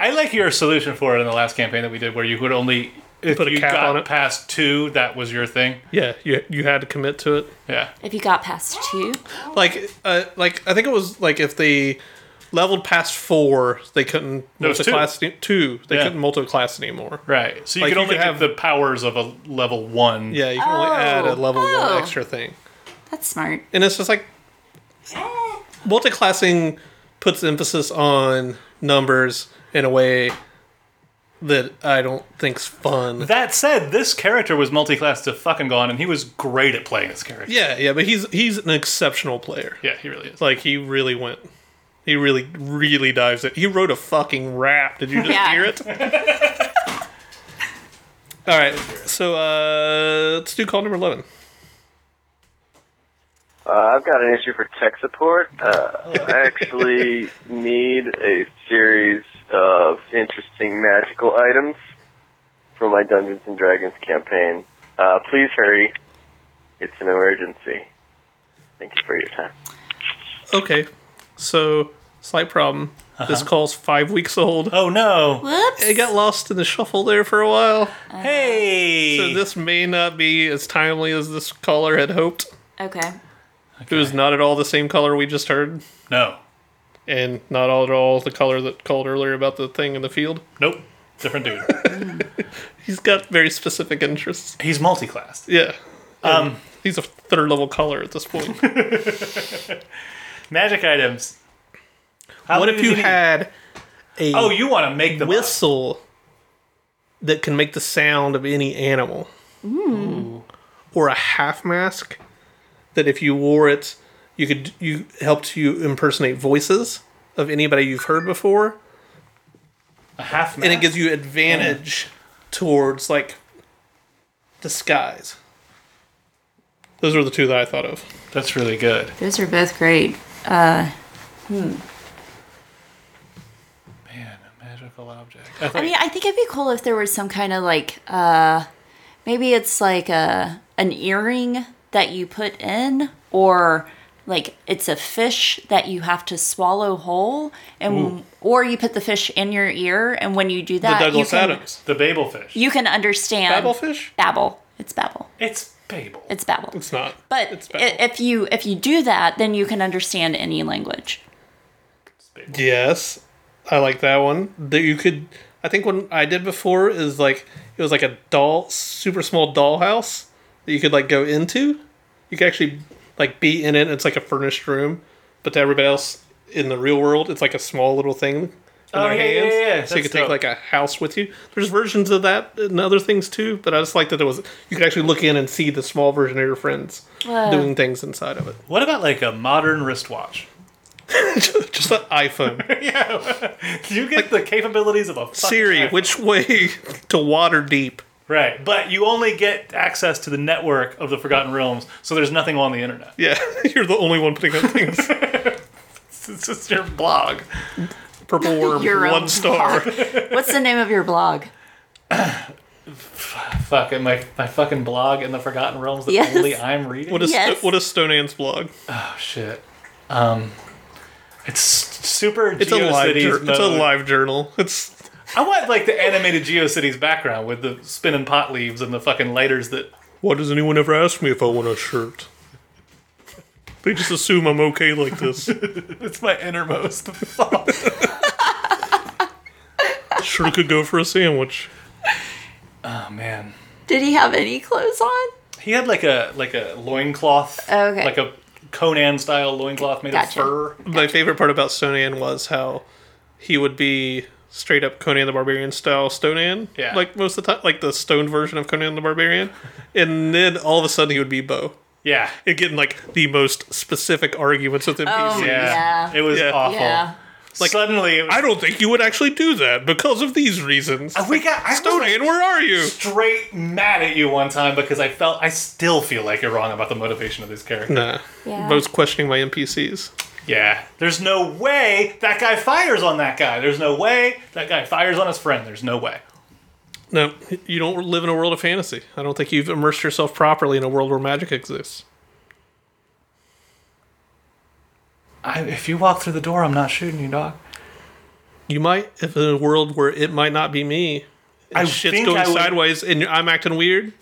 Speaker 1: I like your solution for it in the last campaign that we did, where you could only if
Speaker 2: Put a
Speaker 1: you
Speaker 2: cap
Speaker 1: got
Speaker 2: on it.
Speaker 1: past two, that was your thing.
Speaker 2: Yeah, you you had to commit to it.
Speaker 1: Yeah.
Speaker 7: If you got past two,
Speaker 2: Like uh, like I think it was like if they leveled past four, they couldn't
Speaker 1: No, it's two.
Speaker 2: multi-class any- two. They
Speaker 1: Yeah.
Speaker 2: couldn't multi-class anymore.
Speaker 1: Right. So you
Speaker 2: Like,
Speaker 1: could
Speaker 2: you
Speaker 1: only
Speaker 2: could
Speaker 1: have the powers of a level one.
Speaker 2: Yeah, you can only add a level
Speaker 7: Oh.
Speaker 2: one extra thing,
Speaker 7: that's smart.
Speaker 2: and it's just like multi-classing puts emphasis on numbers in a way that I don't think's fun.
Speaker 1: That said, this character was multi-class to fucking gone, and he was great at playing this character.
Speaker 2: Yeah, yeah, but he's he's an exceptional player.
Speaker 1: Yeah, he really is.
Speaker 2: Like he really went, he really really dives it. He wrote a fucking rap. Did you just
Speaker 7: Yeah.
Speaker 2: hear it? All right, so uh, let's do call number eleven.
Speaker 9: Uh, I've got an issue for tech support. Uh, I actually need a series of interesting magical items for my Dungeons and Dragons campaign. Uh, please hurry. It's an emergency. Thank you for your time.
Speaker 2: Okay, so slight problem. This call's five weeks old.
Speaker 1: Uh-huh. Oh no!
Speaker 7: Whoops.
Speaker 2: It got lost in the shuffle there for a while,
Speaker 1: Hey.
Speaker 2: so this may not be as timely as this caller had hoped.
Speaker 7: okay.
Speaker 2: It was not at all the same color we just heard,
Speaker 1: no.
Speaker 2: and not at all the color that called earlier about the thing in the field.
Speaker 1: Nope. Different dude.
Speaker 2: He's got very specific interests.
Speaker 1: He's multi-classed.
Speaker 2: Yeah. Um, he's a third level color at this point.
Speaker 1: Magic items. How
Speaker 2: what
Speaker 1: many
Speaker 2: if
Speaker 1: do
Speaker 2: you
Speaker 1: need?
Speaker 2: had a
Speaker 1: Oh, you want to make the
Speaker 2: whistle that can make the sound of any animal?
Speaker 7: Mm.
Speaker 2: Or a half mask that if you wore it, you could you helped you impersonate voices of anybody you've heard before,
Speaker 1: a half
Speaker 2: and it
Speaker 1: mask?
Speaker 2: gives you advantage towards like disguise. Those were the two that I thought of.
Speaker 1: That's really good.
Speaker 7: Those are both great. Uh, hmm.
Speaker 1: Man, a magical object.
Speaker 7: I mean, I think it'd be cool if there was some kind of like, uh, maybe it's like a an earring that you put in, or like it's a fish that you have to swallow whole, and or you put the fish in your ear, and when you do
Speaker 2: The
Speaker 7: that,
Speaker 2: Douglas
Speaker 7: you can
Speaker 2: Adams.
Speaker 1: The Babel fish.
Speaker 7: you can understand
Speaker 2: Babblefish?
Speaker 7: Babel. It's Babel.
Speaker 1: It's Babel.
Speaker 7: It's Babel.
Speaker 2: It's not.
Speaker 7: But
Speaker 2: it's
Speaker 7: i-
Speaker 2: Babbel.
Speaker 7: if you if you do that, then you can understand any language.
Speaker 2: Yes, I like that one. That you could. I think one I did before is like it was like a doll, super small dollhouse that you could like go into. You could actually like be in it. It's like a furnished room, but to everybody else in the real world, it's like a small little thing in
Speaker 1: Oh,
Speaker 2: their
Speaker 1: yeah, yeah,
Speaker 2: hands.
Speaker 1: yeah,
Speaker 2: So you
Speaker 1: that's
Speaker 2: could take
Speaker 1: dope.
Speaker 2: like a house with you. There's versions of that and other things too, but I just like that there was you could actually look in and see the small version of your friends doing things inside of it.
Speaker 1: What about like a modern wristwatch?
Speaker 2: Just an iPhone.
Speaker 1: You get the capabilities of a fucking
Speaker 2: Siri,
Speaker 1: iPhone.
Speaker 2: which way to water deep?
Speaker 1: right? But you only get access to the network of the Forgotten Realms, so there's nothing on the internet.
Speaker 2: Yeah, you're the only one putting up things.
Speaker 1: It's just your blog.
Speaker 2: Purple worm,
Speaker 7: Your own
Speaker 2: one star.
Speaker 7: What's the name of your blog?
Speaker 1: Fucking my my fucking blog in the Forgotten Realms that
Speaker 7: Yes.
Speaker 1: only I'm reading.
Speaker 2: What is what is Stone Ants blog?
Speaker 1: Oh shit. Um, it's super.
Speaker 2: It's a live
Speaker 1: GeoCities
Speaker 2: jour- it's a
Speaker 1: mode.
Speaker 2: live journal. It's
Speaker 1: I want like the animated GeoCities background with the spinning pot leaves and the fucking lighters that.
Speaker 2: Why does anyone ever ask me if I want a shirt? They just assume I'm okay like this.
Speaker 1: it's my innermost thought.
Speaker 2: sure could go for a sandwich.
Speaker 1: Oh man,
Speaker 7: Did he have any clothes on?
Speaker 1: he had like a like a loincloth,
Speaker 7: Okay.
Speaker 1: like a Conan style loincloth made
Speaker 7: Gotcha.
Speaker 1: of fur.
Speaker 2: My favorite part about Stonean was how he would be straight up Conan the Barbarian style Stonean.
Speaker 1: Yeah.
Speaker 2: Like most of the time, like the stone version of Conan the Barbarian. and then all of a sudden he would be Bo.
Speaker 1: Yeah.
Speaker 2: And getting like the most specific arguments with NPCs.
Speaker 7: Oh, Yeah. yeah.
Speaker 1: It was
Speaker 2: Yeah.
Speaker 1: awful.
Speaker 7: Yeah.
Speaker 1: Like suddenly, it was Uh,
Speaker 2: I don't think you would actually do that because of these reasons.
Speaker 1: we got I was,
Speaker 2: Stonean, where are you?
Speaker 1: straight mad at you one time because I felt I still feel like you're wrong about the motivation of this character.
Speaker 2: Nah.
Speaker 7: Yeah.
Speaker 2: Bo's questioning my NPCs.
Speaker 1: Yeah, there's no way that guy fires on that guy. There's no way that guy fires on his friend. There's no way.
Speaker 2: No, you don't live in a world of fantasy. I don't think you've immersed yourself properly in a world where magic exists.
Speaker 1: I, if you walk through the door, I'm not shooting you, dog.
Speaker 2: You might, if in a world where it might not be me, and
Speaker 1: I
Speaker 2: shit's
Speaker 1: think
Speaker 2: going
Speaker 1: I would-
Speaker 2: sideways and I'm acting weird.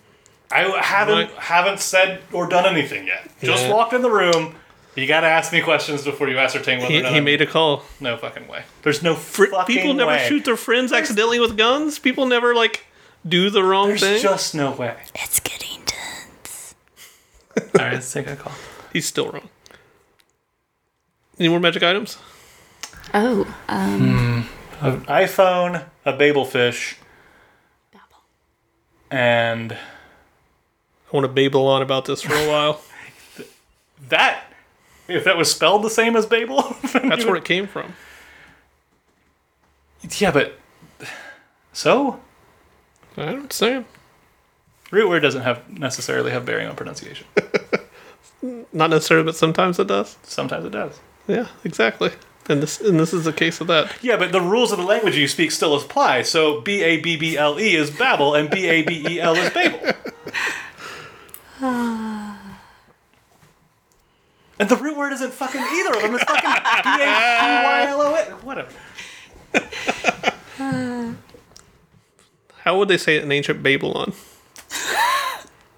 Speaker 1: I haven't
Speaker 2: Right.
Speaker 1: haven't said or done anything yet. Just
Speaker 2: Yeah.
Speaker 1: walked in the room. You gotta ask me questions before you ascertain whether
Speaker 2: He,
Speaker 1: or not.
Speaker 2: he
Speaker 1: I'm-
Speaker 2: made a call.
Speaker 1: no fucking way. There's no
Speaker 2: Fr-
Speaker 1: fucking
Speaker 2: People never
Speaker 1: way.
Speaker 2: shoot their friends accidentally with guns. People never like do the wrong
Speaker 1: There's
Speaker 2: thing.
Speaker 1: just no way.
Speaker 7: It's getting done.
Speaker 1: All right, let's take a call.
Speaker 2: He's still wrong. Any more magic items?
Speaker 7: Oh, um,
Speaker 2: Hmm.
Speaker 1: An iPhone, a babelfish, and
Speaker 2: I want to babble on about this for a while.
Speaker 1: that. If that was spelled the same as Babel, then
Speaker 2: That's
Speaker 1: you would-
Speaker 2: where it came from.
Speaker 1: Yeah, but so
Speaker 2: I don't say
Speaker 1: root word doesn't have necessarily have bearing on pronunciation.
Speaker 2: not necessarily, but sometimes it does.
Speaker 1: Sometimes it does.
Speaker 2: Yeah, exactly. And this and this is a case of that.
Speaker 1: Yeah, but the rules of the language you speak still apply. So B A B B L E is Babel, and B A B E L is Babel. and the root word isn't fucking either of them. It's fucking B A B Y L O N. Whatever.
Speaker 2: How would they say it in ancient Babylon?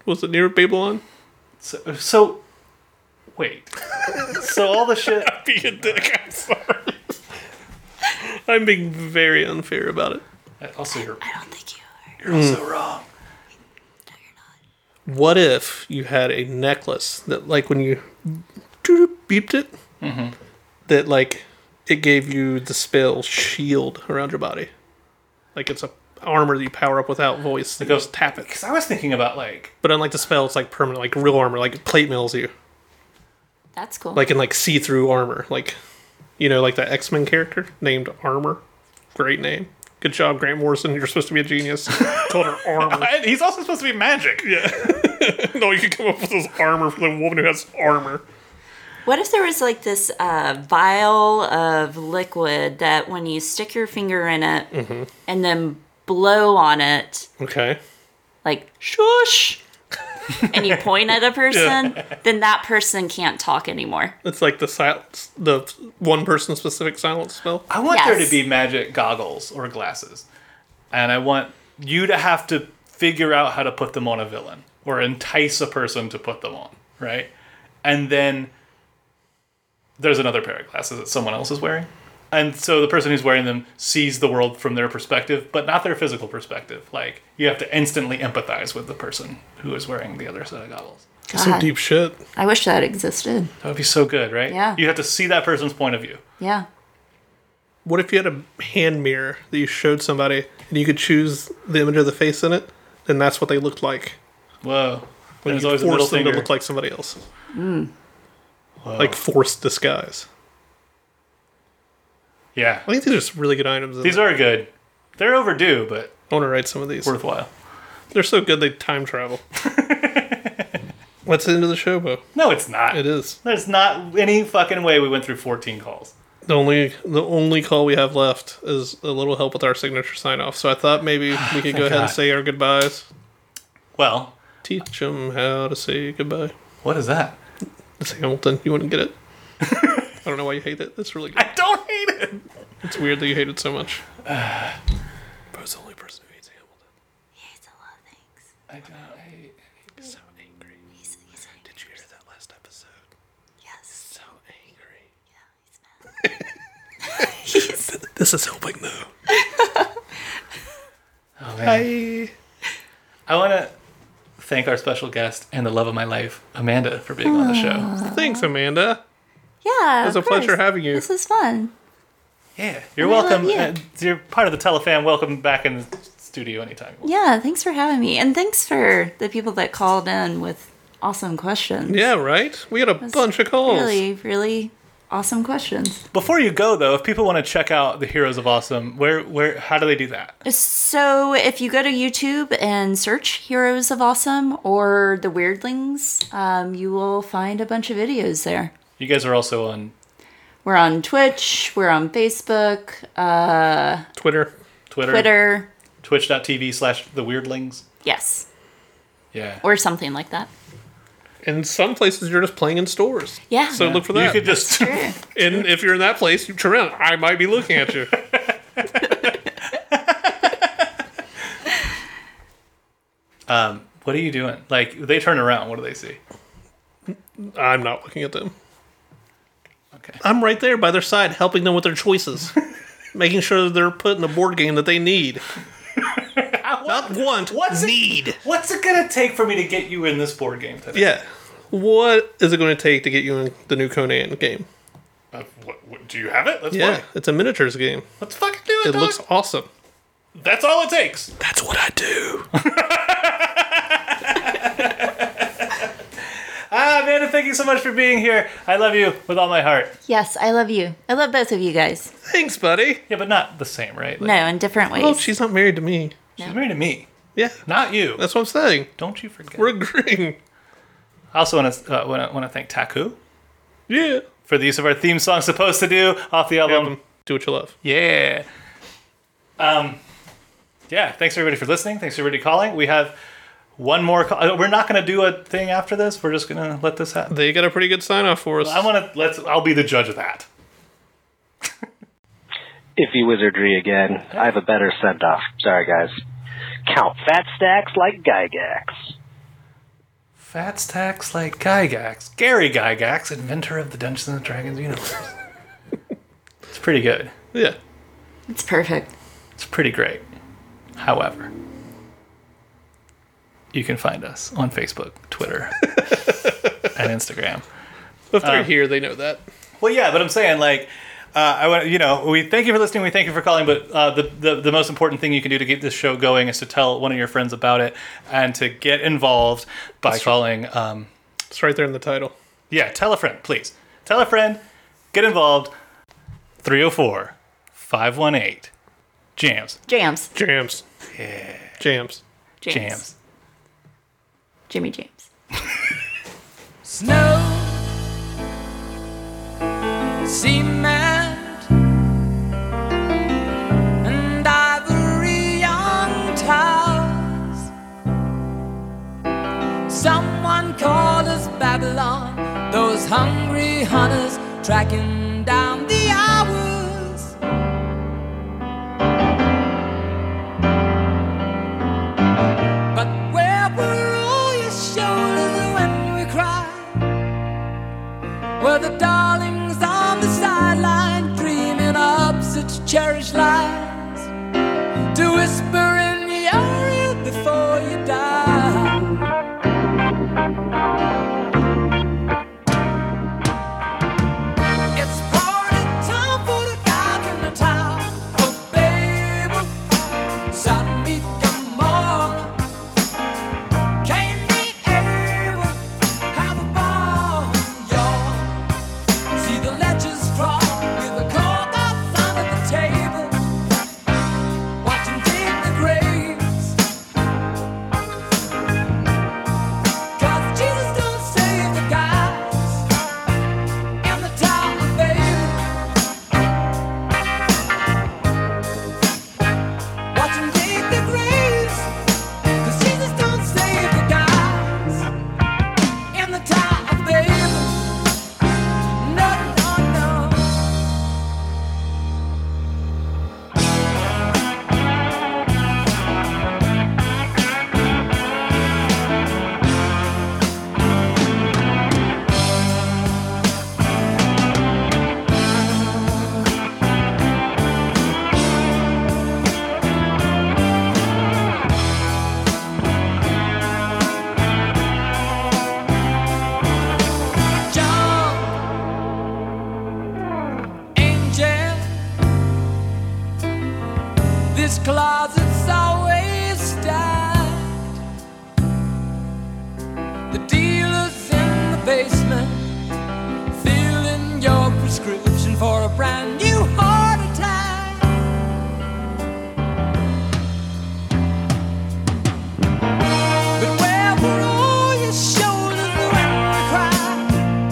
Speaker 2: Was it near Babylon?
Speaker 1: So, so wait. So all the shit.
Speaker 2: Be a dick. I'm sorry. I'm being very unfair about it.
Speaker 1: Uh,
Speaker 2: Hmm.
Speaker 1: Also, you're
Speaker 7: I don't think you are.
Speaker 1: you're also wrong.
Speaker 2: What if you had a necklace that, like, when you doop beeped it,
Speaker 1: Mm-hmm.
Speaker 2: that like it gave you the spell shield around your body, like it's a armor that you power up without voice. It goes tap it,
Speaker 1: Because I was thinking about like
Speaker 2: but unlike the spell, it's like permanent, like real armor, like it plate mails you.
Speaker 7: That's cool.
Speaker 2: like in like see-through armor like you know like that x-men character named armor great name good job grant morrison you're supposed to be a genius called her armor
Speaker 1: And he's also supposed to be magic.
Speaker 2: no you can come up with this armor for the woman who has armor
Speaker 7: What if there was like this uh, vial of liquid that when you stick your finger in it and then blow on it,
Speaker 2: Mm-hmm. okay
Speaker 7: like shush, and you point at a person, then that person can't talk anymore.
Speaker 2: it's like the silence the one person specific silence spell
Speaker 1: I want there
Speaker 7: Yes.
Speaker 1: to be magic goggles or glasses, and I want you to have to figure out how to put them on a villain or entice a person to put them on, right? And then there's another pair of glasses that someone else is wearing. And so the person who's wearing them sees the world from their perspective, but not their physical perspective. Like you have to instantly empathize with the person who is wearing the other set of goggles.
Speaker 2: some
Speaker 7: God,
Speaker 2: deep shit
Speaker 7: I wish that existed.
Speaker 1: That would be so good, right?
Speaker 7: Yeah.
Speaker 1: You have to see that person's point of view.
Speaker 7: Yeah.
Speaker 2: what if you had a hand mirror that you showed somebody and you could choose the image of the face in it then that's what they looked like
Speaker 1: Whoa.
Speaker 2: when
Speaker 1: There's
Speaker 2: you
Speaker 1: always
Speaker 2: force
Speaker 1: a middle
Speaker 2: them
Speaker 1: finger.
Speaker 2: to look like somebody else
Speaker 1: Hmm.
Speaker 2: like forced disguise
Speaker 1: yeah.
Speaker 2: I think these are just really good items.
Speaker 1: These are good. They're overdue, but
Speaker 2: I want to write some of these.
Speaker 1: worthwhile.
Speaker 2: They're so good they time travel. What's the end of the show, Bo?
Speaker 1: No, it's not.
Speaker 2: It is.
Speaker 1: There's not any fucking way we went through 14 calls. The only the only call we have left is a little help with our signature sign off. So I thought maybe we could
Speaker 2: Thank
Speaker 1: go ahead and
Speaker 2: God.
Speaker 1: say our goodbyes.
Speaker 2: Well,
Speaker 1: teach them how to say goodbye.
Speaker 2: What is that?
Speaker 1: It's Hamilton. You wouldn't get it. I don't know why you hate it. It's really good. I
Speaker 2: don't hate it.
Speaker 1: It's weird that you hate it so much. Bo's the only person who hates Hamilton.
Speaker 2: I don't hate.
Speaker 1: He's so angry. Did you hear that last episode? Yes. So angry. This is helping though.
Speaker 2: Oh, man. I want to thank our special guest and the love of my life, Amanda, for being on the show.
Speaker 1: Thanks, Amanda.
Speaker 7: Yeah.
Speaker 2: It was
Speaker 7: of
Speaker 2: a pleasure
Speaker 7: course.
Speaker 2: having you.
Speaker 7: This was fun.
Speaker 2: Yeah. You're
Speaker 7: And I love
Speaker 2: welcome.
Speaker 7: you.
Speaker 2: Uh, you're part of the Telefan. Welcome back in the studio anytime.
Speaker 7: Yeah, thanks for having me. And thanks for the people that called in with awesome questions.
Speaker 1: Yeah, right? We had a bunch of calls.
Speaker 7: Really, really awesome questions.
Speaker 2: Before you go though, if people want to check out the Heroes of Awesome, where where how do they do that?
Speaker 7: So if you go to YouTube and search Heroes of Awesome or The Weirdlings, um, you will find a bunch of videos there.
Speaker 2: You guys are also on
Speaker 7: We're on Twitch, we're on Facebook, uh,
Speaker 1: Twitter.
Speaker 2: Twitter.
Speaker 7: Twitter,
Speaker 2: Twitch.tv slash the Weirdlings.
Speaker 7: yes,
Speaker 2: Yeah.
Speaker 7: or something like that.
Speaker 1: And some places you're just playing in stores.
Speaker 7: Yeah.
Speaker 1: So
Speaker 7: Yeah.
Speaker 1: look for
Speaker 7: You
Speaker 1: that.
Speaker 7: could just- Sure.
Speaker 1: and if you're in that place, you turn around. I might be looking at you.
Speaker 2: Um, what are you doing? Like they turn around, what do they see?
Speaker 1: I'm not looking at them. Okay. I'm right there by their side, helping them with their choices, making sure that they're putting the board game that they need.
Speaker 2: Not
Speaker 1: want,
Speaker 2: what's
Speaker 1: need.
Speaker 2: what's it gonna take for me to get you in this board game today?
Speaker 1: Yeah. What is it going to take to get you in the new Conan game?
Speaker 2: Uh, what, what, do you have it? Let's
Speaker 1: yeah,
Speaker 2: play.
Speaker 1: it's a miniatures game.
Speaker 2: Let's fucking do it.
Speaker 1: it
Speaker 2: dog.
Speaker 1: looks awesome.
Speaker 2: That's all it takes.
Speaker 1: That's what I do.
Speaker 2: Ah, Amanda, thank you so much for being here. I love you with all my heart.
Speaker 7: Yes, I love you. I love both of you guys.
Speaker 1: Thanks, buddy.
Speaker 2: Yeah, but not the same, right?
Speaker 7: no, in different ways.
Speaker 1: Well, she's not married to me.
Speaker 2: She's married to me.
Speaker 1: Yeah.
Speaker 2: Not you.
Speaker 1: That's what I'm saying.
Speaker 2: Don't you forget.
Speaker 1: We're agreeing.
Speaker 2: I also want to uh, want to want to thank Taku
Speaker 1: Yeah.
Speaker 2: for the use of our theme song "Supposed to Do" off the album.
Speaker 1: Do what you love.
Speaker 2: Yeah. Um. Yeah. Thanks everybody for listening. Thanks everybody calling. We have one more. Call. uh, We're not going to do a thing after this. We're just going to let this happen.
Speaker 1: They got a pretty good sign off for us.
Speaker 2: I want to. Let's. I'll be the judge of that.
Speaker 10: Iffy wizardry again. I have a better send off. Sorry, guys. Count fat stacks like Gygax.
Speaker 2: Fat stacks like Gygax. Gary Gygax, inventor of the Dungeons and Dragons universe. it's pretty good.
Speaker 1: Yeah.
Speaker 7: It's perfect.
Speaker 2: It's pretty great. However, you can find us on Facebook, Twitter, and Instagram.
Speaker 1: If they're
Speaker 2: Um,
Speaker 1: here, they know that.
Speaker 2: Well, yeah, but I'm saying like. Uh, I want you know we thank you for listening. We thank you for calling. But uh, the, the the most important thing you can do to get this show going is to tell one of your friends about it and to get involved by
Speaker 1: That's right.
Speaker 2: calling. Um,
Speaker 1: It's right there in the title.
Speaker 2: Yeah, tell a friend, please. Tell a friend, get involved. 304 518 Jams.
Speaker 7: Jams.
Speaker 1: Jams.
Speaker 2: Yeah.
Speaker 1: Jams.
Speaker 7: James.
Speaker 2: Jams.
Speaker 7: Jimmy James.
Speaker 13: Snow, cement, and ivory on towers. Someone called us Babylon, those hungry hunters tracking down the hours. But where were all your shoulders when we cried? Were the darlings on the sideline dreaming up such cherished lies? To whisper in your ear before you die. It's Oh, The dealer's in the basement, filling your prescription for a brand new heart attack. But where were all your shoulders when we cried?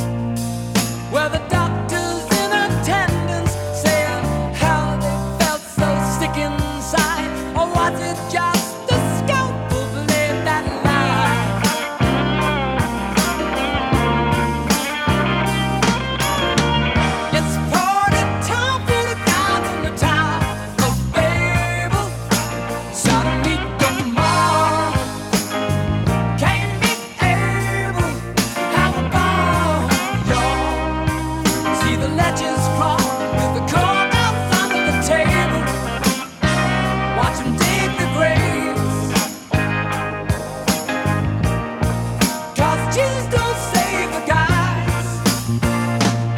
Speaker 13: Where the doctors in attendance saying how they felt so sick inside? Or was it just the scalpel blade that lied? It's party time for the guys on the top of Babel. Suddenly tomorrow can't be able have a ball. Y'all see the ledges crawl with the cold out under the table. Watch 'em dig the graves. 'Cause Jesus don't save the guys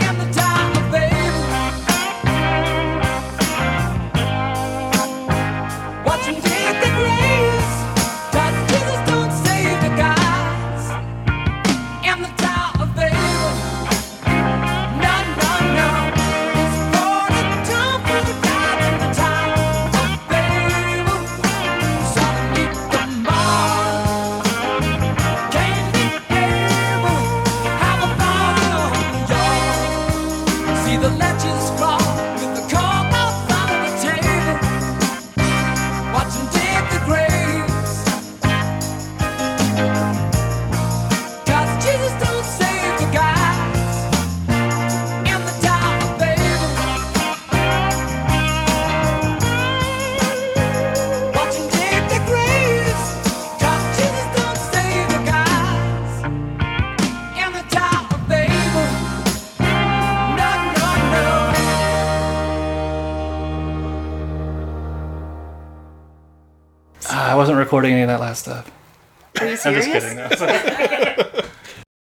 Speaker 13: in the time of Babel. Watch 'em dig the graves. 'Cause Jesus don't save the guys in the time of Babel. No, no, no. It's for the time for the guys in the time of Babel. Suddenly tomorrow can't be able have a bottle, y'all. See the ledges crawl with the cork out front of the table. Watch 'em dig the graves. 'Cause Jesus don't save the guys in the town of Babel. Watch 'em dig the graves. 'Cause Jesus don't save the guys in the town of Babel. No, no, no.
Speaker 1: Ah, I wasn't recording any of that last stuff.
Speaker 7: Are you
Speaker 1: I'm just
Speaker 7: serious?
Speaker 1: kidding.